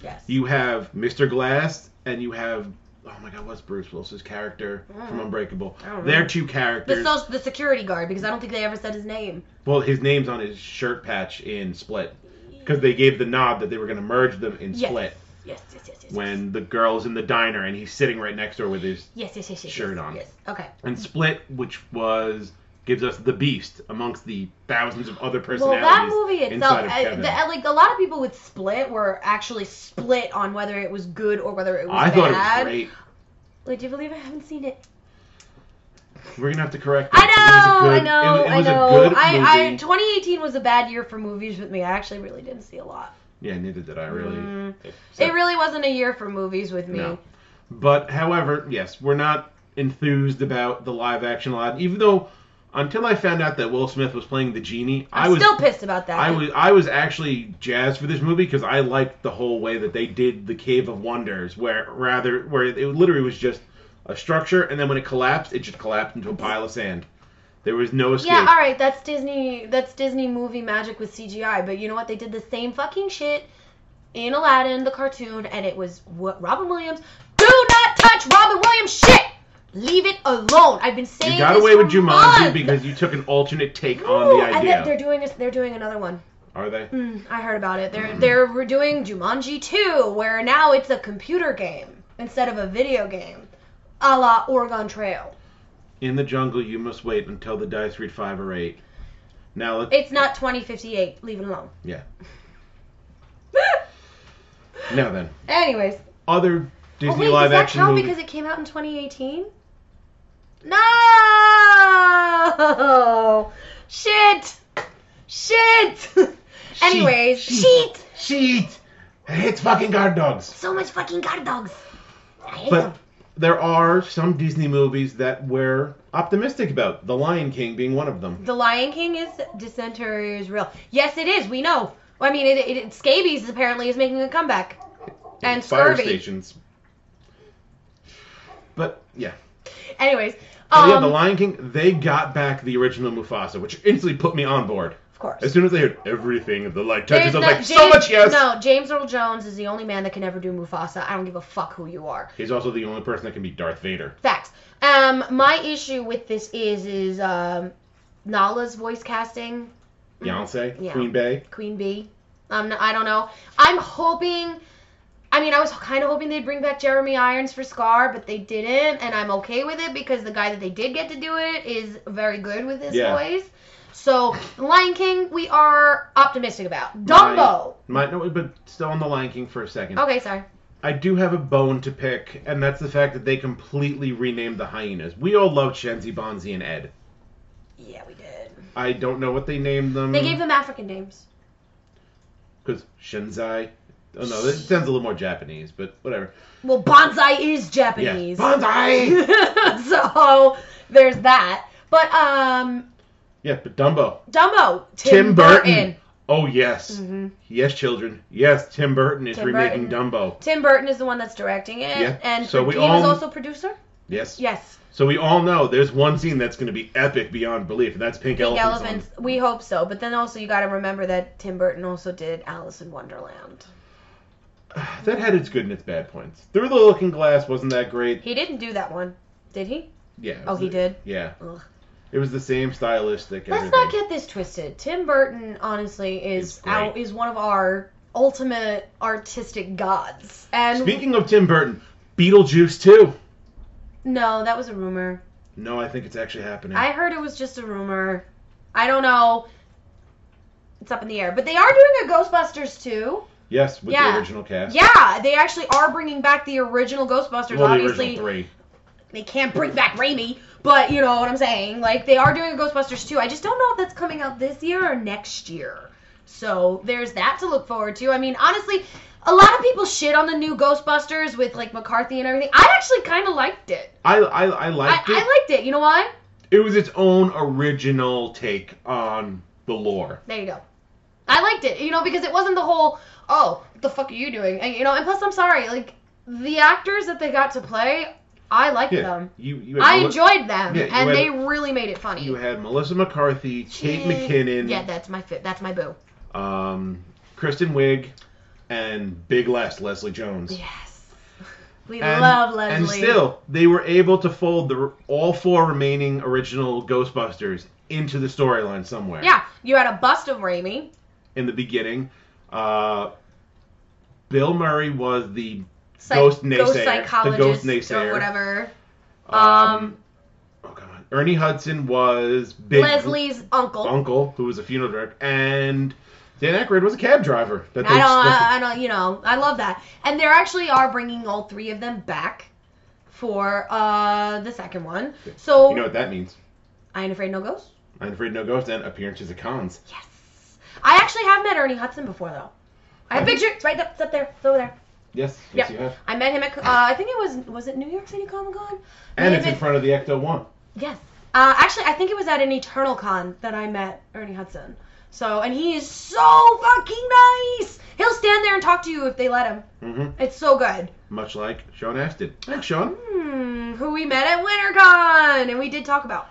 Yes.
You have Mr. Glass and you have oh my God, what's Bruce Willis's character from Unbreakable?
Mm. I don't know.
They're two
the
characters.
social, the security guard because I don't think they ever said his name.
well, his name's on his shirt patch in Split because they gave the nod that they were going to merge them in
Yes.
Split.
Yes, yes, yes, yes.
When the girl's in the diner and he's sitting right next to her with his
yes, yes, yes, yes,
Shirt
yes,
on.
Yes. Okay.
and Split, which was gives us the Beast amongst the thousands of other
Well,
personalities.
that movie itself,
inside of
I-
Kevin.
the, like a lot of people with Split were actually split on whether it was good or whether it was
I
bad.
thought it was great.
Would you believe I haven't seen it?
We're gonna have to correct.
I
That.
know,
It was a
I
good-
know,
It, was- it was
I know.
a good
I, I,
movie.
2018 was a bad year for movies with me. I actually really didn't see a lot.
yeah, neither did I really.
Mm.
So-
it really wasn't a year for movies with me.
No. But however, yes, we're not enthused about the live action Aladdin, even though until I found out that Will Smith was playing the genie,
I'm
I was
still pissed about that.
I was I was actually jazzed for this movie because I liked the whole way that they did the Cave of Wonders, where rather where it literally was just a structure, and then when it collapsed, it just collapsed into a pile of sand. There was no escape.
Yeah, all right, that's Disney. That's Disney movie magic with CGI. But you know what? They did the same fucking shit in Aladdin the cartoon, and it was what Robin Williams. Do not touch Robin Williams shit. Leave it alone. I've been saying.
you got
this
away
for
with Jumanji
months.
because you took an alternate take
Ooh,
on the
I bet they're
idea.
doing this. They're doing another one.
Are they?
Mm, I heard about it. They're they're redoing Jumanji 2, where now it's a computer game instead of a video game, a la Oregon Trail.
In the jungle, you must wait until the dice read five or eight. Now let's
It's not 2058. Leave it alone.
yeah. Now then,
Anyways.
other Disney
oh wait,
live
does that
action
count
movies.
because it came out in 2018? No! Shit! Shit! Anyways,
Sheet.
sheet.
Sheet. I hate fucking guard dogs.
So much fucking guard dogs. I hate them.
But there are some Disney movies that we're optimistic about. The Lion King being one of them.
The Lion King is dysentery is real. Yes, it is. We know. Well, I mean, it, it, scabies apparently is making a comeback. And
fire
scurvy.
stations. But yeah.
Anyways,
But
um,
Oh, yeah, The Lion King, they got back the original Mufasa, which instantly put me on board.
of course.
As soon as I heard everything of the light touches, I was
no-
like, so much yes!
No, James Earl Jones is the only man that can ever do Mufasa. I don't give a fuck who you are.
He's also the only person that can be Darth Vader.
Facts. Um, my issue with this is is um, Nala's voice casting,
Beyonce,
Mm. Yeah.
Queen Bey.
Queen Bee. Um, I don't know. I'm hoping. I mean, I was kind of hoping they'd bring back Jeremy Irons for Scar, but they didn't, and I'm okay with it because the guy that they did get to do it is very good with his
Yeah.
voice. So, Lion King, we are optimistic about. Dumbo.
My, no, but still on The Lion King for a second.
Okay, sorry.
I do have a bone to pick, and that's the fact that they completely renamed the hyenas. We all loved Shenzi, Bonzi, and Ed.
Yeah, we did.
I don't know what they named them.
They gave them African names.
Because Shenzai. Oh no, it sounds a little more Japanese, but whatever.
Well, bonsai is
Yeah.
Japanese.
Bonzai!
so there's that. But um,
yeah, but Dumbo.
Dumbo, Tim,
Tim Burton.
Burton.
Oh, yes.
Mhm.
Yes, children. Yes, Tim Burton is
Tim
remaking
Burton.
Dumbo.
Tim Burton is the one that's directing it,
Yeah,
and
so we
he
all-
was also producer.
Yes.
Yes,
So we all know there's one scene that's going to be epic beyond belief, and that's Pink,
Big
Elephant.
Elephants. We hope so, but then also you got to remember that Tim Burton also did Alice in Wonderland.
That had its good and its bad points. Through the Looking Glass wasn't that great.
He didn't do that one, did he?
Yeah. it
Oh,
was
he
a-
did?
Yeah.
Ugh.
It was the same stylistic.
Let's
everything.
not get this twisted. Tim Burton, honestly,
It's
is
great.
out, is one of our ultimate artistic gods, and
Speaking of Tim Burton, Beetlejuice too.
no, that was a rumor.
No, I think it's actually happening.
I heard it was just a rumor. I don't know. It's up in the air. But they are doing a Ghostbusters too.
yes, with
Yeah.
the original cast.
Yeah, they actually are bringing back the original Ghostbusters.
Well, the
Obviously,
original three.
they can't bring back Raimi, but you know what I'm saying. Like they are doing a Ghostbusters too. I just don't know if that's coming out this year or next year. So there's that to look forward to. I mean, honestly, a lot of people shit on the new Ghostbusters with like McCarthy and everything. I actually kind of liked it.
I I, I liked
I,
it.
I liked it. You know why?
it was its own original take on the lore.
There you go. I liked it, you know, because it wasn't the whole, oh, what the fuck are you doing? And, you know, and plus, I'm sorry, like, the actors that they got to play, I liked
Yeah,
them.
you you had
I
Meli-
enjoyed them,
Yeah, you
and
had-
they really made it funny.
You had Melissa McCarthy,
Yeah.
Kate McKinnon,
Yeah, that's my fit. That's my boo.
um, Kristen Wiig, and Big Les Leslie Jones.
Yes, we
And,
love Leslie.
and still, they were able to fold the all four remaining original Ghostbusters into the storyline somewhere.
yeah, you had a bust of Raimi.
In the beginning, uh, Bill Murray was the
Psych-
Ghost naysayer, the
psychologist
ghost naysayer.
or whatever.
um,
Um,
oh god, Ernie Hudson was Big
Leslie's uncle.
uncle, who was a funeral director, and Dan Aykroyd was a cab driver. That
I
they-
don't,
that
I, I don't, you know, I love that. And they actually are bringing all three of them back for uh the second one.
they-
So
you know what that means.
I ain't afraid no ghosts.
I'm afraid no ghost and appearances of cons.
Yes, I actually have met Ernie Hudson before though. I have a
Have you?
picture. It's right up, it's up there. It's over there.
Yes,
Yep.
yes you have.
I met him at, uh, I think it was, was it New York City Comic Con?
And it's
Maybe-
in front of the Ecto One.
Yes. Uh, actually, I think it was at an Eternal Con that I met Ernie Hudson. So, and he is so fucking nice. He'll stand there and talk to you if they let him.
Mm-hmm.
It's so good.
Much like Sean Astin. Thanks, Sean.
Hmm, who we met at WinterCon, and we did talk about.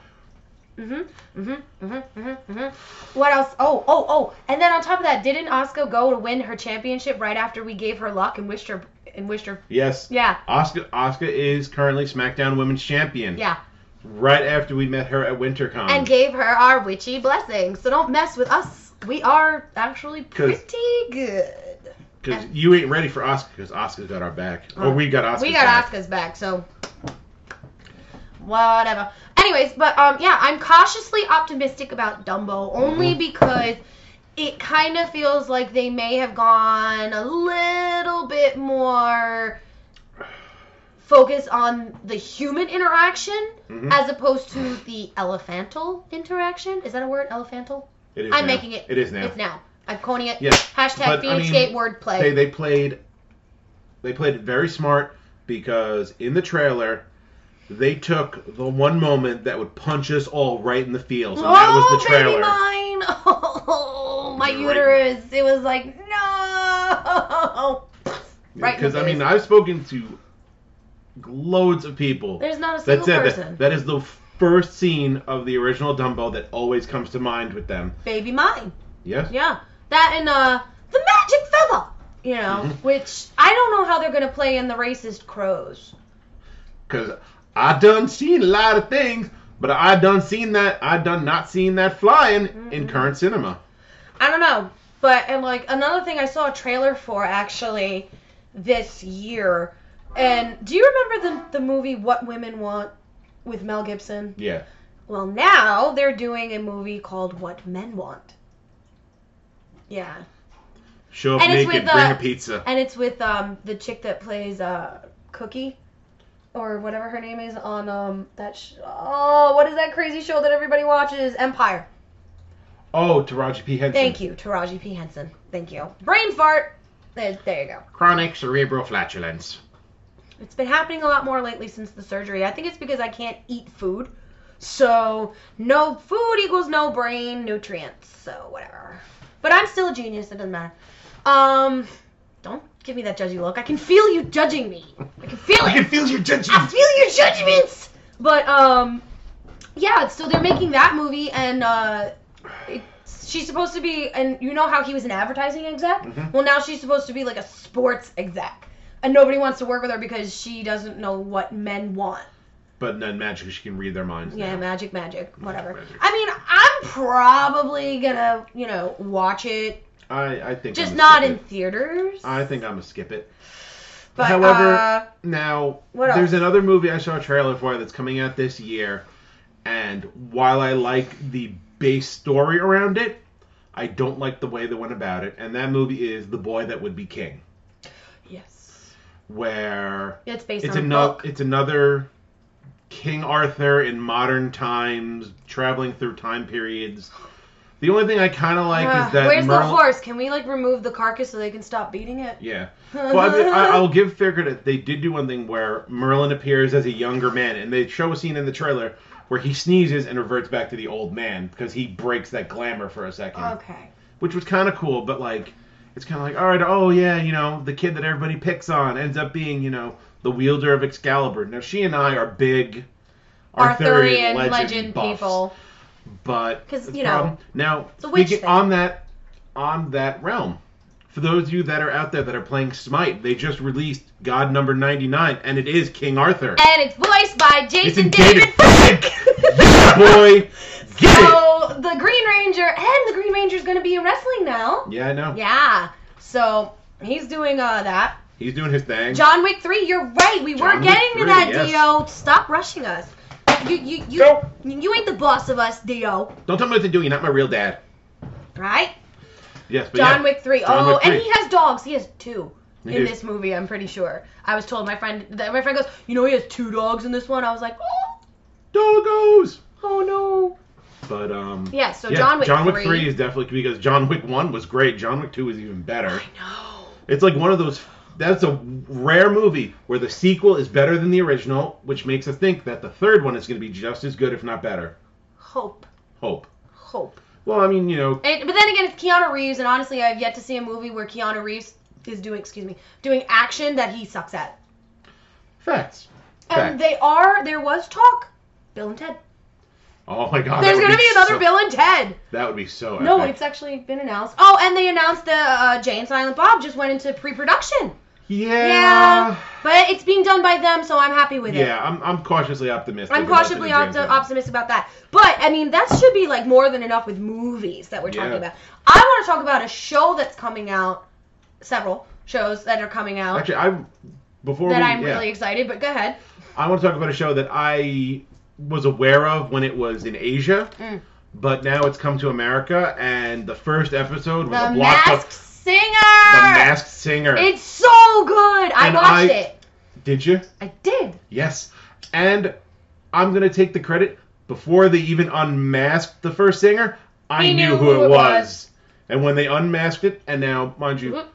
Mhm, mhm, mhm, mhm, mhm. What else? Oh, oh, oh! And then on top of that, didn't Oscar go to win her championship right after we gave her luck and wished her and wished her?
Yes.
Yeah,
Oscar Oscar is currently SmackDown Women's Champion.
yeah,
Right after we met her at WinterCon.
and gave her our witchy blessing. So don't mess with us. We are actually
'Cause-
pretty good.
Because you ain't ready for Oscar because Oscar's got our back.
Oh.
Or we got Oscar.
we got
back.
Oscar's back, so whatever. Anyways, but um, yeah, I'm cautiously optimistic about Dumbo only
Mhm.
because it kind of feels like they may have gone a little bit more focus on the human interaction
Mhm.
as opposed to the elephantal interaction. Is that a word? Elephantal?
It is
I'm
now.
making it.
It is now.
It's now. I'm coining it.
Yeah,
Hashtag
but, I
Phoenix
mean,
Gate wordplay.
They they played they played it very smart because in the trailer they took the one moment that would punch us all right in the feels, and that was the trailer.
Oh, baby mine! Oh, my
Right.
uterus. It was like, no. Right in
Because
the
I mean,
face.
I've spoken to loads of people
There's not a
that
single
said
person.
that, that is the first scene of the original Dumbo that always comes to mind with them.
baby mine.
Yes.
Yeah. That and uh, the magic feather. You know,
Mhm.
which I don't know how they're gonna play in the racist crows.
Because I done seen a lot of things, but I done seen that I done not seen that flying in current cinema.
I don't know. But and like another thing I saw a trailer for actually this year. And do you remember the the movie What Women Want with Mel Gibson?
Yeah.
Well, now they're doing a movie called What Men Want. Yeah.
Show up
And it's
naked,
with, uh,
bring a pizza.
And it's with um the chick that plays uh Cookie or whatever her name is on um that sh- oh, what is that crazy show that everybody watches? Empire.
Oh, Taraji P Henson.
Thank you, Taraji P Henson. Thank you. Brain fart. There, there you go.
Chronic cerebral flatulence.
It's been happening a lot more lately since the surgery. I think it's because I can't eat food. So, no food equals no brain nutrients. So, whatever. But I'm still a genius. It doesn't matter. Um, don't give me that judgy look. I can feel you judging me. I can feel
I
it.
can feel your
I
judgment.
feel your judgments. But um, yeah. So they're making that movie, and uh, it's, she's supposed to be, and you know how he was an advertising exec.
Mhm.
Well, now she's supposed to be like a sports exec, and nobody wants to work with her because she doesn't know what men want.
But then magically she can read their minds.
Yeah,
now.
magic, magic, whatever.
magic.
I mean, I'm probably gonna, you know, watch it,
I, I think
just
I'm
not
skip
in
it.
theaters.
I think I'm gonna skip it.
but
However,
uh,
now
what
there's
else?
another movie I saw a trailer for that's coming out this year, and while I like the base story around it, I don't like the way they went about it. And that movie is The Boy That Would Be King,
yes,
where
it's based
it's
on a
another
book.
it's another King Arthur in modern times, traveling through time periods. The only thing I kind of like
Ugh,
is that
where's the
Merlin-
horse? Can we like remove the carcass so they can stop beating it?
Yeah. Well, I mean, I, I'll give fair credit. They did do one thing where Merlin appears as a younger man, and they show a scene in the trailer where he sneezes and reverts back to the old man because he breaks that glamour for a second,
Okay.
which was kind of cool. But like, it's kind of like, all right, oh yeah, you know, the kid that everybody picks on ends up being, you know, the wielder of Excalibur. Now she and I are big
Arthurian, legend,
buffs,
people.
but
'Cause,
it's
you
a
know,
problem. now
it's a witch
speaking
thing.
on that on that realm. For those of you that are out there that are playing Smite, they just released God number ninety nine, and it is King Arthur.
And it's voiced by
It's
Jason
in
David
David Frank. yeah, boy, get it.
So the Green Ranger and the Green Ranger's gonna be in wrestling now.
Yeah, I know.
Yeah. So he's doing uh that.
He's doing his thing.
John Wick three. You're right. We
John
were
Wick
getting to
3,
that,
yes.
Dio. Stop rushing us. You you you,
Go.
you ain't the boss of us, Dio.
Don't tell me what to do. You're not my real dad.
Right?
Yes, but
John
yeah.
Wick three.
John
oh,
Wick
and
3.
he has dogs. He has two.
He
in
is-
this movie, I'm pretty sure. I was told my friend that my friend goes, you know, he has two dogs in this one. I was like, oh,
doggos.
oh no.
But um.
Yeah, so John Wick
John Wick
3.
three is definitely because John Wick one was great. John Wick two is even better.
I know.
It's like one of those. That's a rare movie where the sequel is better than the original, which makes us think that the third one is going to be just as good, if not better.
Hope,
Hope.
hope.
Well, I mean, you know,
And, but then again, it's Keanu Reeves, and honestly, I've yet to see a movie where Keanu Reeves is doing, excuse me, doing action that he sucks at.
facts.
And
Facts.
they are. There was talk. Bill and Ted.
Oh my god.
There's
that would
gonna be, another
so,
Bill and Ted.
That would be so.
No,
epic.
it's actually been announced. Oh, and they announced the uh, Jay and Silent Bob just went into pre-production.
Yeah.
Yeah, but it's being done by them, so I'm happy with it.
Uh, Yeah, I'm, I'm cautiously optimistic.
I'm
about the
cautiously
new
opti-
James Bond.
optimistic about that. But I mean, that should be like more than enough with movies that we're talking
Yeah.
about. I want to talk about a show that's coming out, several shows that are coming out
Actually, I'm before
that
we,
I'm
yeah,
really excited. But go ahead.
I want to talk about a show that I was aware of when it was in Asia,
Mm.
but now it's come to America, and the first episode
The
was a blockbuster.
Masked Singer.
The Masked Singer.
It's so good. I
And
watched
I-
it.
Did you?
I did.
Yes. And I'm going to take the credit. Before they even unmasked the first singer, I
He
knew, who it was. And when they unmasked it, and now, mind you,
Whoop.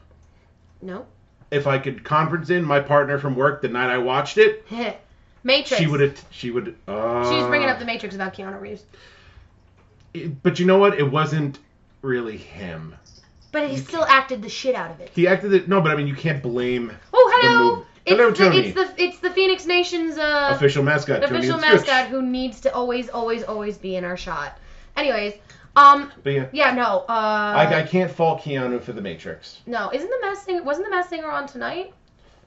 No.
if I could conference in my partner from work the night I watched it,
Matrix.
she would have. She would. Uh,
She was bringing up the Matrix about Keanu Reeves,
it- uh, But you know what? It wasn't really him.
but he still acted the shit out of it.
He acted it. No, but I mean, you can't blame
Oh,
The
hello!
move-
It's
Hello,
the,
Tony.
It's the it's the Phoenix Nation's uh,
official mascot.
the
Tony
official
and Stitch.
mascot who needs to always, always, always be in our shot. Anyways, um,
But yeah,
yeah, no, uh,
I, I can't fault Keanu for the Matrix.
no, isn't the mass singer? Wasn't the mass singer on tonight?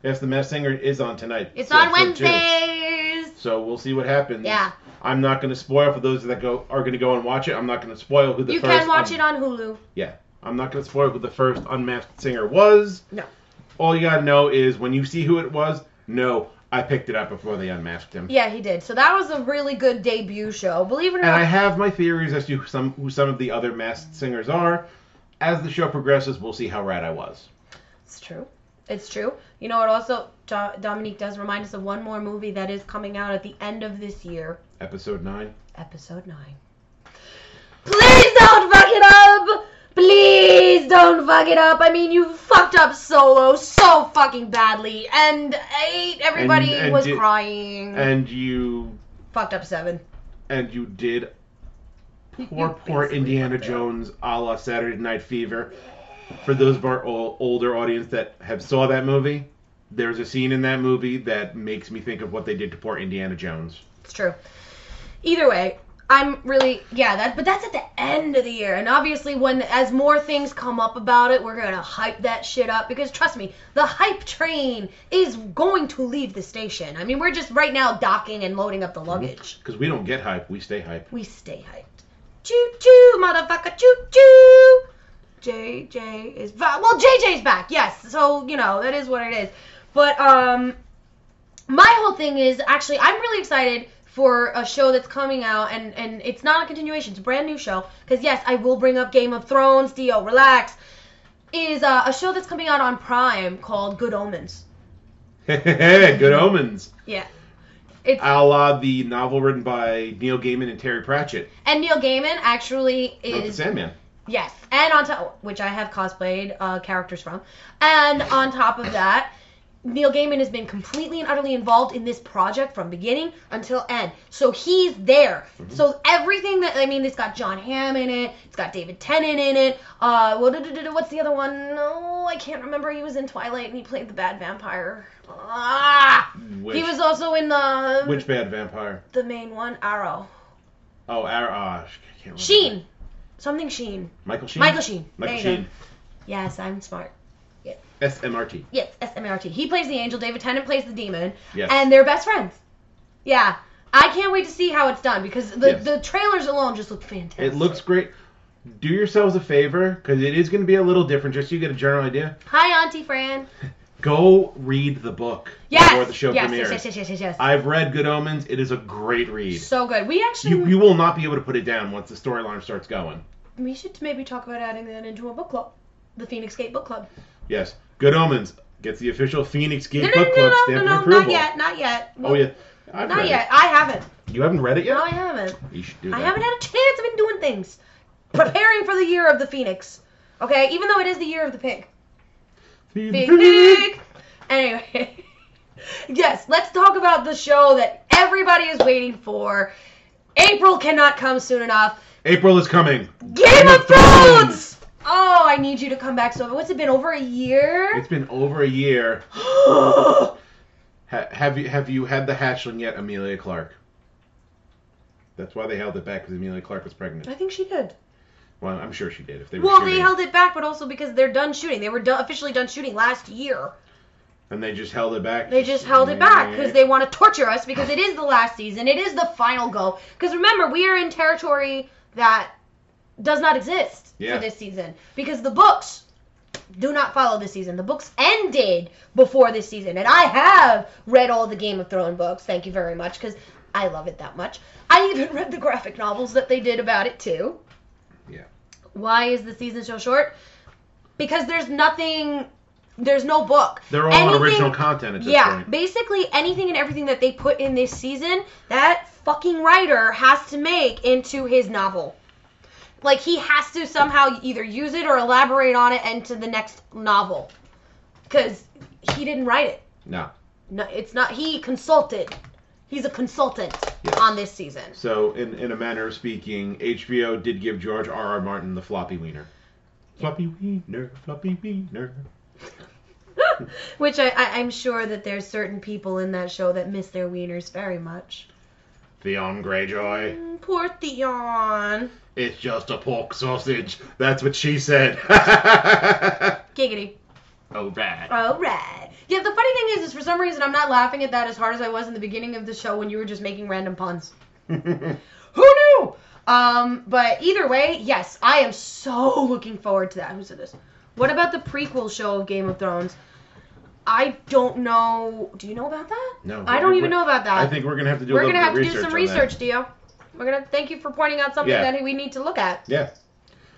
Yes, the Masked Singer is on tonight.
It's
So
on
for two.
Wednesdays.
So we'll see what happens.
Yeah.
I'm not going to spoil for those that go are going to go and watch it. I'm not going to spoil who the
You
first.
can watch
un-
it on Hulu.
Yeah. I'm not going to spoil who the first unmasked singer was.
No.
All you got to know is when you see who it was, no, I picked it up before they unmasked him.
Yeah, he did. So that was a really good debut show. Believe it or
And I
not,
have my theories as to who some who some of the other masked singers are. As the show progresses, we'll see how right I was.
it's true. It's true. You know what? Also, Do- Dominique does remind us of one more movie that is coming out at the end of this year,
Episode 9.
episode nine. Please don't fuck it up. Please don't fuck it up. I mean, you fucked up Solo so fucking badly, and eight. Everybody
and
was
did-
crying.
And you
fucked up seven.
and you did
You
poor, poor
basically
Indiana
fucked it up.
Jones a la Saturday Night Fever. For those of our ol- older audience that have saw that movie, there's a scene in that movie that makes me think of what they did to poor Indiana Jones.
It's true. Either way, I'm really yeah. That but that's at the end of the year, and obviously when as more things come up about it, we're gonna hype that shit up because trust me, the hype train is going to leave the station. I mean, we're just right now docking and loading up the luggage.
Because we don't get hype, we stay hype.
We stay hyped. Choo choo, motherfucker, choo choo. JJ is back. Well, JJ's back. Yes. So, you know, that is what it is. But um my whole thing is actually I'm really excited for a show that's coming out and and it's not a continuation, it's a brand new show cuz yes, I will bring up Game of Thrones, Dio, relax. Is uh, a show that's coming out on Prime called Good Omens.
Good omens.
Yeah. It's
A la the novel written by Neil Gaiman and Terry Pratchett.
and Neil Gaiman actually
Wrote The
is
Sandman.
Yes, and on top, which I have cosplayed uh, characters from, and on top of that, Neil Gaiman has been completely and utterly involved in this project from beginning until end. So he's there.
Mm-hmm.
So everything that I mean, it's got John Hamm in it. It's got David Tennant in it. Uh, what- what's the other one? No, I can't remember. He was in Twilight and he played the bad vampire. Ah,
Which,
he was also in the
which bad vampire?
the main one, Arrow.
Oh, our, uh, I can't remember.
Sheen, something Sheen.
Michael Sheen.
Michael Sheen.
Michael
There you go.
Sheen.
Yes, I'm smart.
SMRT.
Yes, SMRT. He plays the angel, David Tennant plays the demon,
Yes.
and they're best friends. Yeah. I can't wait to see how it's done because the,
Yes.
the trailers alone just look fantastic.
It looks great. Do yourselves a favor because it is going to be a little different. Just so you get a general idea.
Hi, Auntie Fran.
Go read the book
Yes.
before the show
yes,
premieres.
yes, yes, yes, yes, yes, yes.
I've read Good Omens. It is a great read.
So good. We actually
You you will not be able to put it down once the storyline starts going.
we should maybe talk about adding that into a book club, the Phoenix Gate Book Club.
Yes, Good Omens gets the official Phoenix Gate
No, no,
Book
no,
Club
no, no,
stamp
no,
of approval.
not yet, not yet.
Oh yeah, I've
not
read
yet. I haven't.
It. You haven't read it yet?
No, I haven't.
You should do that.
I haven't had a chance. I've been doing things, preparing for the year of the Phoenix. Okay, even though it is the year of the pig. Big, big. Anyway, yes, let's talk about the show that everybody is waiting for. April cannot come soon enough.
April is coming.
Game of
of Thrones!
Thrones! Oh, I need you to come back so. What's it been over a year?
It's been over a year. Ha- have you have you had the hatchling yet, Amelia Clark? That's why they held it back because Amelia Clark was pregnant.
I think she did.
Well, I'm sure she did. If they were
Well,
shooting,
they held it back, but also because they're done shooting. They were do- officially done shooting last year.
and they just held it back.
They just held it back because they want to torture us because it is the last season. It is the final go. Because remember, we are in territory that does not exist
Yeah.
for this season because the books do not follow this season. The books ended before this season, and I have read all the Game of Thrones books. Thank you very much because I love it that much. I even read the graphic novels that they did about it too.
Yeah.
Why is the season so short? Because there's nothing. There's no book.
They're all on
Anything-
original content at this
yeah,
point.
basically anything and everything that they put in this season, that fucking writer has to make into his novel. Like he has to somehow either use it or elaborate on it and to the next novel, because he didn't write it.
No.
No, it's not. He consulted. He's a consultant
Yes.
on this season.
So, in, in a manner of speaking, HBO did give George R. R. Martin the floppy wiener. Floppy wiener, floppy wiener.
Which I, I, I'm sure that there's certain people in that show that miss their wieners very much.
Theon Greyjoy.
Mm, Poor Theon.
It's just a pork sausage. That's what she said.
Giggity.
oh, bad.
All right. Yeah, the funny thing is, is for some reason I'm not laughing at that as hard as I was in the beginning of the show when you were just making random puns. Who knew? Um, but either way, yes, I am so looking forward to that. Who said this? What about the prequel show of Game of Thrones? I don't know. Do you know about that?
No,
I don't
we-
even know about that.
I think we're gonna have to do.
Uh, we're
a
gonna
little
have to
bit of
do some
on that.
research, Dio. We're gonna thank you for pointing out something
Yeah.
that we need to look at.
Yeah.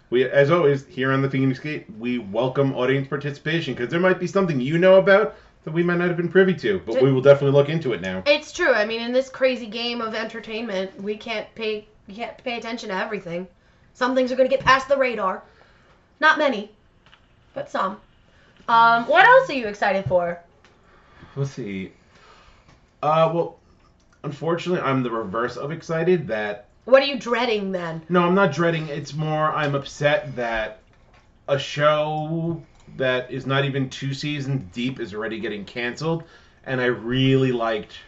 We, as always, here on the Phoenix Gate, we welcome audience participation because there might be something you know about that we might not have been privy to, but
Ju-
we will definitely look into it now.
It's true. I mean, in this crazy game of entertainment, we can't pay we can't pay attention to everything. Some things are going to get past the radar. Not many, but some. Um, what else are you excited for?
Let's see. Uh, well, unfortunately, I'm the reverse of excited that
What are you dreading then?
No, I'm not dreading. It's more I'm upset that a show that is not even two seasons deep is already getting canceled. And I really liked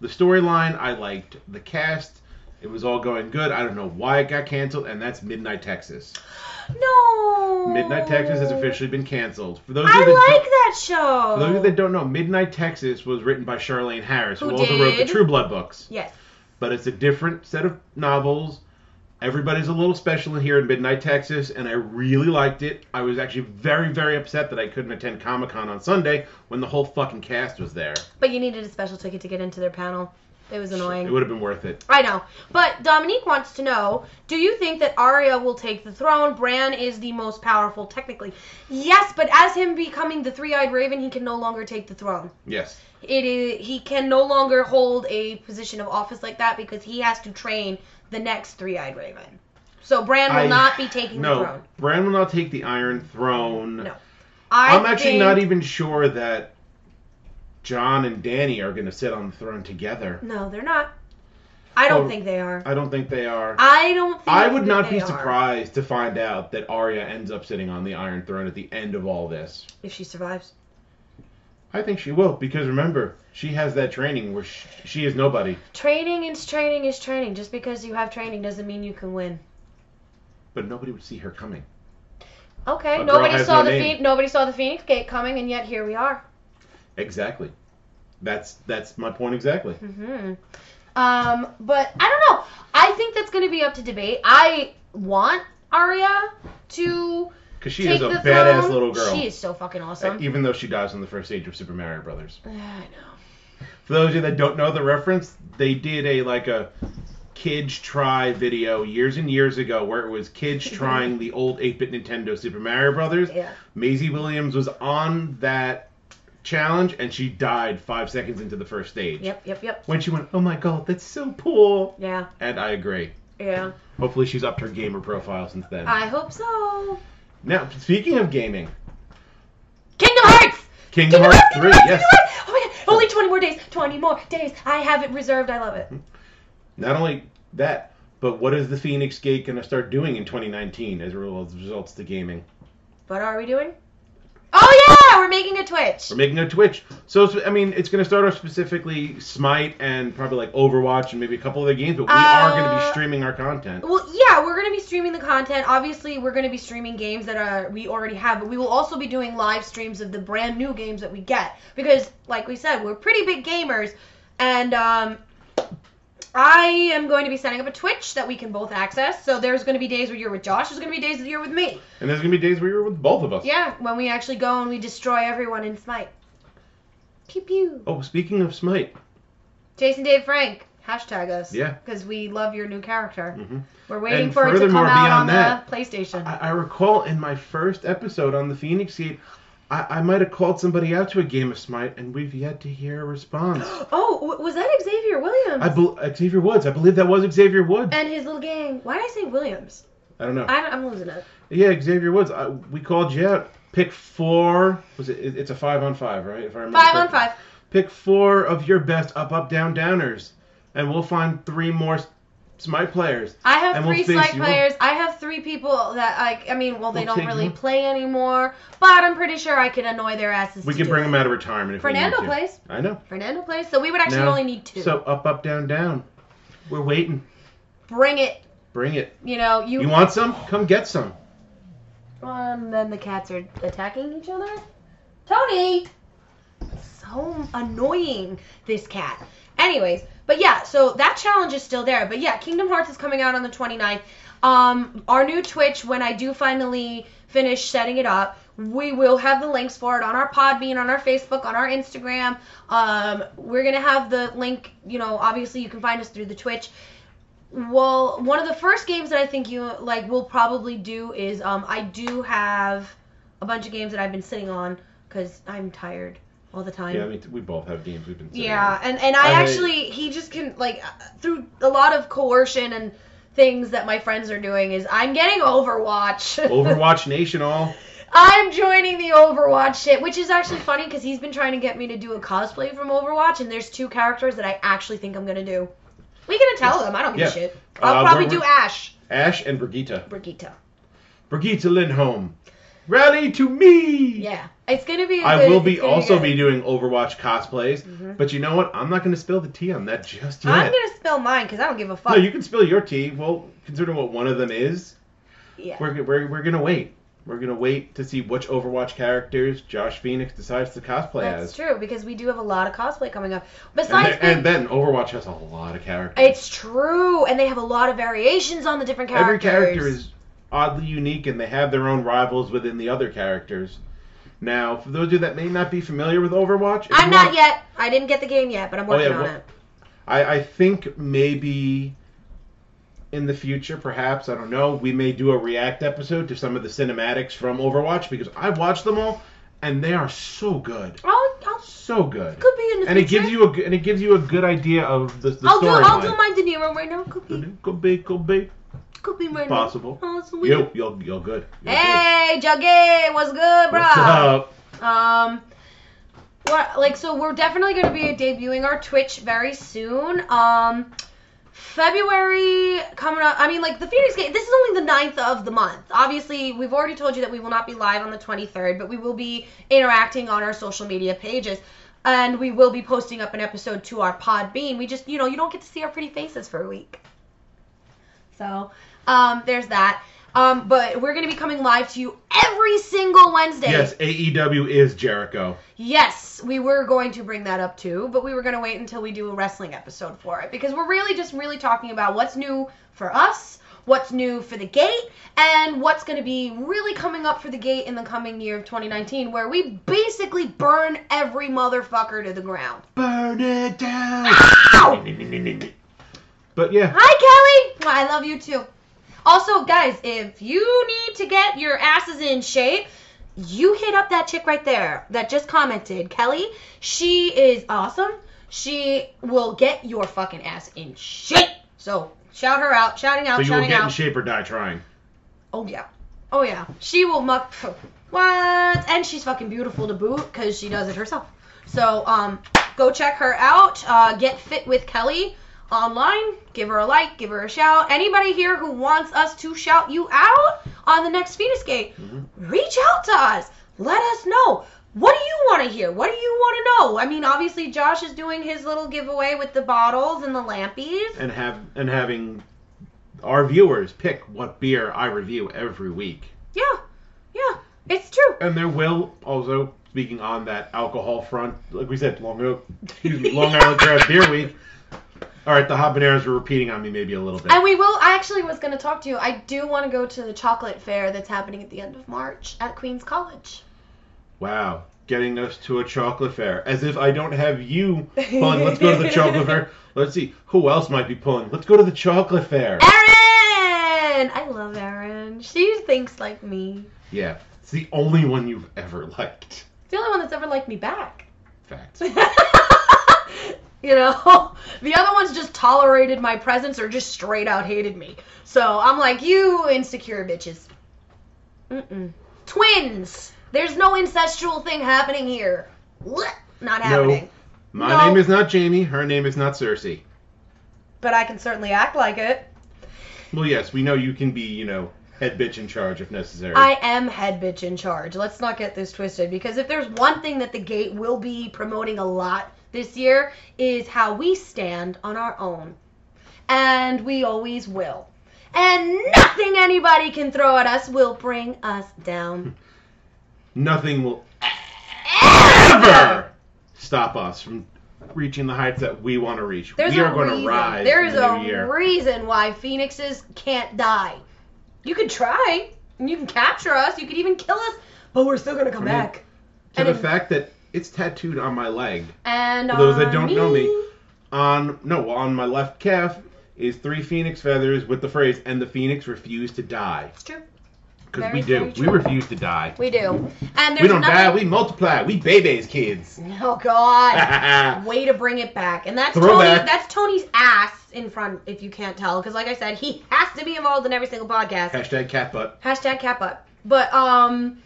the storyline. I liked the cast. It was all going good. I don't know why it got canceled, and that's Midnight Texas.
No.
Midnight Texas has officially been canceled. For those of
I
you that
like
don't-
that show.
for those of you that don't know, Midnight Texas was written by Charlene Harris, who,
Who
also wrote the
did?
True Blood books
Yes.
but it's a different set of novels. Everybody's a little special here in Midnight Texas, and I really liked it. I was actually very, very upset that I couldn't attend Comic Con on Sunday when the whole fucking cast was there.
But you needed a special ticket to get into their panel. It was annoying.
It would have been worth it.
I know. But Dominique wants to know Do you think that Arya will take the throne? Bran is the most powerful, technically. Yes, but as him becoming the three eyed raven, he can no longer take the throne.
Yes.
It is, he can no longer hold a position of office like that because he has to train the next three eyed raven. So Bran will
I-
not be taking
no,
the throne.
Bran will not take the Iron Throne.
No. I
I'm actually
think-
not even sure that John and Danny are going to sit on the throne together.
No, they're not. I don't
Oh.
think they are.
I don't think they are.
I don't think
I would not
they
be
are.
surprised to find out that Arya ends up sitting on the Iron Throne at the end of all this.
if she survives.
I think she will because remember, she has that training where she, she is nobody,
Training is training is training. Just because you have training doesn't mean you can win.
but nobody would see her coming.
Okay,
A girl
nobody
has
saw
no
the
name.
Phoenix, nobody saw the Phoenix Gate coming, and yet here we are.
Exactly. That's that's my point exactly.
hmm Um, but I don't know. I think that's going to be up to debate. I want Arya to
Because she
take
is a
the
badass
throne.
little girl.
She is so fucking
uh,
awesome.
Even though she dies on the first stage of Super Mario Brothers.
I know.
For those of you that don't know the reference, they did a like a kids try video years and years ago where it was kids trying the old 8-bit Nintendo Super Mario Brothers.
Yeah.
Maisie Williams was on that challenge and she died 5 seconds into the first stage.
Yep. Yep. Yep.
when she went, "Oh my god, that's so cool,"
Yeah.
and I agree.
Yeah.
Hopefully, she's upped her gamer profile since then.
I hope so.
now, speaking of gaming,
Kingdom Hearts.
Kingdom Hearts three,
Kingdom
yes.
Hearts! Oh my god! Only 20 more days. 20 more days. I have it reserved. I love it.
Not only that, but what is the Phoenix Gate going to start doing in 2019 as a result as results to gaming?
What are we doing? Oh yeah, we're making a Twitch.
We're making a Twitch, so it's- I mean, it's going to start off specifically Smite and probably like Overwatch and maybe a couple other games, but we are going to be
Uh,
streaming our content.
Well, yeah, we're gonna be streaming the content. Obviously, we're gonna be streaming games that are we already have, but we will also be doing live streams of the brand new games that we get because, like we said, we're pretty big gamers, and um, I am going to be setting up a Twitch that we can both access. So there's gonna be days where you're with Josh. There's gonna be days that you're with me.
And there's going to be days where you're with both of us.
Yeah, when we actually go and we destroy everyone in Smite. Pew pew.
Oh, speaking of Smite,
Jason Dave Frank. Hashtag us.
Yeah.
Because we love your new character.
Mhm.
We're waiting
And
for it to come
furthermore,
out
beyond
on
that,
the PlayStation.
I, I recall in my first episode on the Phoenix Gate, I, I might have called somebody out to a game of Smite, and we've yet to hear a response. uh,
Oh, w- was that Xavier Williams?
I bel Xavier Woods. I believe that was Xavier Woods.
and his little gang. Why did I say Williams?
I don't know.
I, I'm losing it.
yeah, Xavier Woods. I, we called you out. Pick four. Was it? it- It's a five on five, right? If I remember.
Five on
correctly.
five.
Pick four of your best up, up, down, downers, and we'll find three more s- smite players.
I have
And we'll
three
face
Smite
you.
players. I have three people that I. I mean, well, they
We'll
don't
take
really
you.
play anymore, but I'm pretty sure I can annoy their asses.
We
to
can
do
bring
it.
them out of retirement if
Fernando
we need to.
plays.
I know.
Fernando plays, so we would actually
Now-
only need two.
So up, up, down, down. We're waiting.
bring it.
Bring it.
You know, you.
You want some? Come get some.
Um, then the cats are attacking each other. Tony! So annoying, this cat. Anyways, but yeah, so that challenge is still there. But yeah, Kingdom Hearts is coming out on the 29th. Um, our new Twitch, when I do finally finish setting it up, we will have the links for it on our Podbean, on our Facebook, on our Instagram. Um, we're going to have the link, you know, obviously you can find us through the Twitch. Well, one of the first games that I think you like will probably do is um I do have a bunch of games that I've been sitting on because I'm tired all the time.
Yeah, I mean, we both have games we've been. sitting
Yeah,
on.
and and I,
I-
actually he just can like through a lot of coercion and things that my friends are doing is I'm getting Overwatch.
Overwatch Nation, all.
I'm joining the Overwatch shit, which is actually funny because he's been trying to get me to do a cosplay from Overwatch, and there's two characters that I actually think I'm gonna do. We gonna tell them? I don't give
Yeah.
a shit.
Uh,
I'll probably
we're-
do Ash,
Ash and Brigitte.
Brigitte.
Brigitte Lindholm. Rally to me!
Yeah, it's gonna be. a
I
good-
will
it's
be
gonna
also
good.
be doing Overwatch cosplays, but you know what? I'm not going to spill the tea on that just
Mm-hmm.
yet.
I'm gonna spill mine because I don't give a fuck.
No, you can spill your tea. Well, considering what one of them is,
yeah.
we're, we're, we're going to wait. We're going to wait to see which Overwatch characters Josh Phoenix decides to cosplay
That's
as.
true because we do have a lot of cosplay coming up.
And,
Besides,
then, and then Overwatch has a lot of characters.
it's true, and they have a lot of variations on the different characters.
Every character is oddly unique, and they have their own rivals within the other characters. Now, for those of you that may not be familiar with Overwatch, if
I'm
you
not
want-
yet. I didn't get the game yet, but I'm
Oh, yeah,
working on
well-
it.
I, I think maybe in the future, perhaps, I don't know, we may do a react episode to some of the cinematics from Overwatch because I watched them all and they are so good.
I'll, I'll
So good.
could be in the
and it
future.
gives you a g- and it gives you a good idea of the, the
I'll do. I'll do
storyline.
my De Niro right now. Could be.
Could be, could be.
Could be right
Possible.
now. Oh, sweet.
You, you're, you're good. You're
Hey, Juggy, what's good,
good.
bro?
What's up?
Um, what like so we're definitely going to be debuting our Twitch very soon. Um, February coming up. I mean, like the Phoenix game. This is only the 9th of the month. Obviously, we've already told you that we will not be live on the 23rd, but we will be interacting on our social media pages. And we will be posting up an episode to our Podbean. We just, you know, you don't get to see our pretty faces for a week. So, um, there's that. Um, but we're going to be coming live to you every single Wednesday.
Yes, AEW is Jericho.
Yes, we were going to bring that up too, but we were going to wait until we do a wrestling episode for it because we're really just really talking about what's new for us, what's new for the gate, and what's going to be really coming up for the gate in the coming year of 2019 where we basically burn every motherfucker to the ground.
Burn it down.
Ow!
But yeah,
Hi Kelly, I love you too. Also, guys, if you need to get your asses in shape, you hit up that chick right there that just commented, Kelly. She is awesome. She will get your fucking ass in shape. So shout her out, shouting out,
so you will
shouting
get in
out.
shape or die trying.
oh yeah, oh yeah. She will muck. What? And she's fucking beautiful to boot because she does it herself. So um, go check her out. Uh, get fit with Kelly online. Give her a like. Give her a shout. Anybody here who wants us to shout you out on the next Venus Gate, reach out to us. Let us know. What do you want to hear? What do you want to know? I mean, obviously Josh is doing his little giveaway with the bottles and the lampies.
and have and having our viewers pick what beer I review every week.
Yeah, yeah, it's true.
And there will also speaking on that alcohol front, like we said, Long Oak, excuse me, Long Island Craft Beer Week. All right, the habaneros are repeating on me maybe a little bit.
And we will. I actually was going to talk to you. I do want to go to the chocolate fair that's happening at the end of March at Queens College.
wow, getting us to a chocolate fair as if I don't have you pulling. Let's go to the chocolate fair. Let's see who else might be pulling. Let's go to the chocolate fair.
Erin! I love Erin. She thinks like me.
Yeah, it's the only one you've ever liked.
It's the only one that's ever liked me back.
Facts.
I You know, the other ones just tolerated my presence or just straight out hated me. So I'm like, you insecure bitches. Mm-mm. Twins. There's no incestual thing happening here. Blech. Not
No.
happening.
My
No.
name is not Jamie. Her name is not Cersei.
But I can certainly act like it.
Well, yes, we know you can be, you know, head bitch in charge if necessary.
I am head bitch in charge. Let's not get this twisted because if there's one thing that the gate will be promoting a lot this year is how we stand on our own. And we always will. And nothing anybody can throw at us will bring us down.
Nothing will
Ever!
ever stop us from reaching the heights that we want to reach.
There's
we
a
are going
reason.
to rise
There is
in the
a
new year.
reason why phoenixes can't die. You can try, and you can capture us, you could even kill us, but we're still gonna come
I mean,
back.
to
and
the
it-
fact that it's tattooed on my leg.
And
For those that
on
don't know me, On no, on my left calf is three phoenix feathers with the phrase "and the phoenix refused to die"
it's true.
because
Very,
we do.
very
We
true.
refuse to die.
We do. And there's
we don't
nothing...
die. We multiply. We babies, kids.
Oh God.
Throwback.
Way to bring it back. And that's Tony.
Throwback.
That's Tony's ass in front. If you can't tell, because like I said, he has to be involved in every single podcast.
Hashtag cat butt.
Hashtag cap up. But um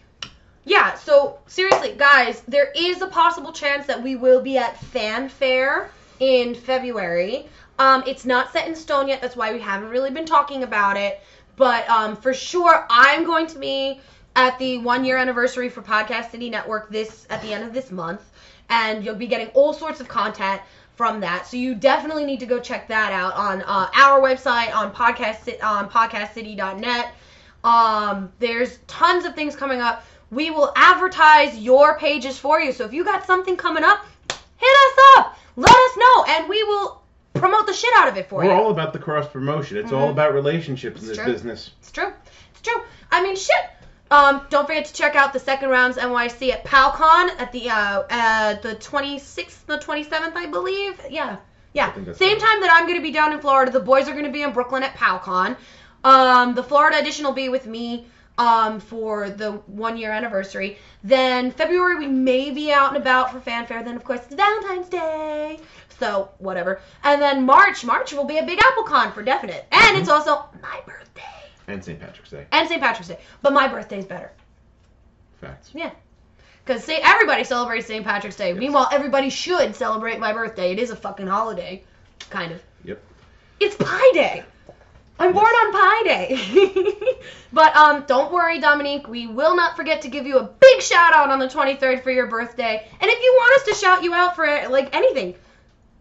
yeah, so seriously, guys, there is a possible chance that we will be at fanfare in February. Um, it's not set in stone yet, that's why we haven't really been talking about it. But um, for sure I'm going to be at the one year anniversary for Podcast City Network this at the end of this month, and you'll be getting all sorts of content from that. So you definitely need to go check that out on uh, our website on podcast on podcastcity.net. Um, there's tons of things coming up. We will advertise your pages for you. So if you got something coming up, hit us up. Let us know, and we will promote the shit out of it for
We're
you.
all about the cross promotion. It's all about relationships
Mm-hmm.
in
It's
this
true.
business.
It's true. It's true. I mean, shit. Um, don't forget to check out the second rounds NYC at PalCon at the uh, uh the 26th, the 27th, I believe. Yeah, yeah.
think that's
Same
right.
time that I'm gonna be down in Florida. The boys are gonna be in Brooklyn at PalCon. Um, the Florida edition will be with me um for the one year anniversary. Then February we may be out and about for fanfare. Then of course it's Valentine's Day. So whatever. And then March, March will be a Big Apple Con for definite. And it's
Mm-hmm.
also my birthday
And St. Patrick's Day.
and St. Patrick's Day. But my birthday's better.
Facts.
Yeah. Because say everybody celebrates St. Patrick's Day. Meanwhile, everybody should celebrate my birthday. It is a fucking holiday, kind of.
Yep.
It's Pi Day. I'm born on Pi Day. but um, don't worry, Dominique. We will not forget to give you a big shout out on the 23rd for your birthday. And if you want us to shout you out for like anything,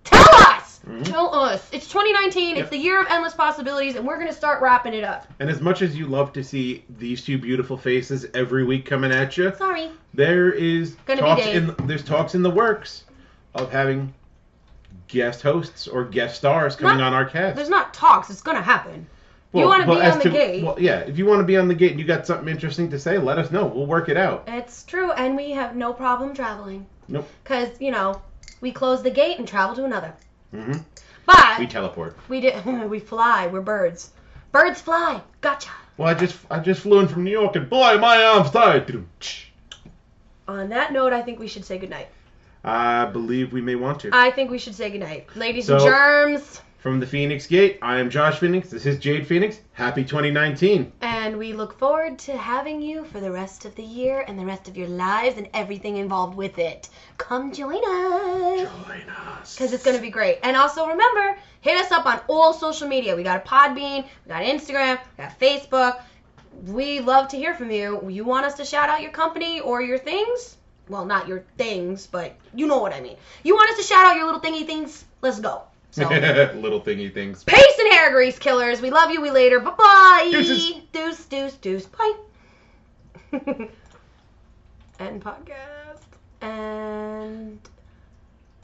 tell us.
Mhm.
Tell us. It's 2019. It's
Yep.
the year of endless possibilities, and we're gonna start wrapping it up.
And as much as you love to see these two beautiful faces every week coming at you,
Sorry.
there is
Gonna be
talks
days.
in there's talks in the works of having guest hosts or guest stars coming
Not-
on our cast.
There's not talks. It's gonna happen. you want to
well,
be
as
on the
to-
gate.
Well, yeah, if you want to be on the gate and you got something interesting to say, let us know. We'll work it out.
it's true, and we have no problem traveling.
Nope.
Cause you know we close the gate and travel to another.
hmm
But
We
we,
teleport.
did. we fly. We're birds. Birds fly. Gotcha.
Well, I just I just flew in from New York and boy, my arms tired.
On that note, I think we should say goodnight.
I believe we may want to.
I think we should say goodnight, ladies and
So-
germs,
From the Phoenix Gate, I am Josh Phoenix. This is Jade Phoenix. Happy 2019.
and we look forward to having you for the rest of the year and the rest of your lives and everything involved with it. Come join us.
Join us.
because it's going to be great. And also remember, hit us up on all social media. We got a Podbean, we got Instagram, we got Facebook. We love to hear from you. You want us to shout out your company or your things? Well, not your things, but you know what I mean. You want us to shout out your little thingy things? Let's go. So,
Little thingy things.
pace and hair grease killers. We love you. We later. Bye bye.
Deuces.
Deuce, deuce, deuce. Bye. End podcast. And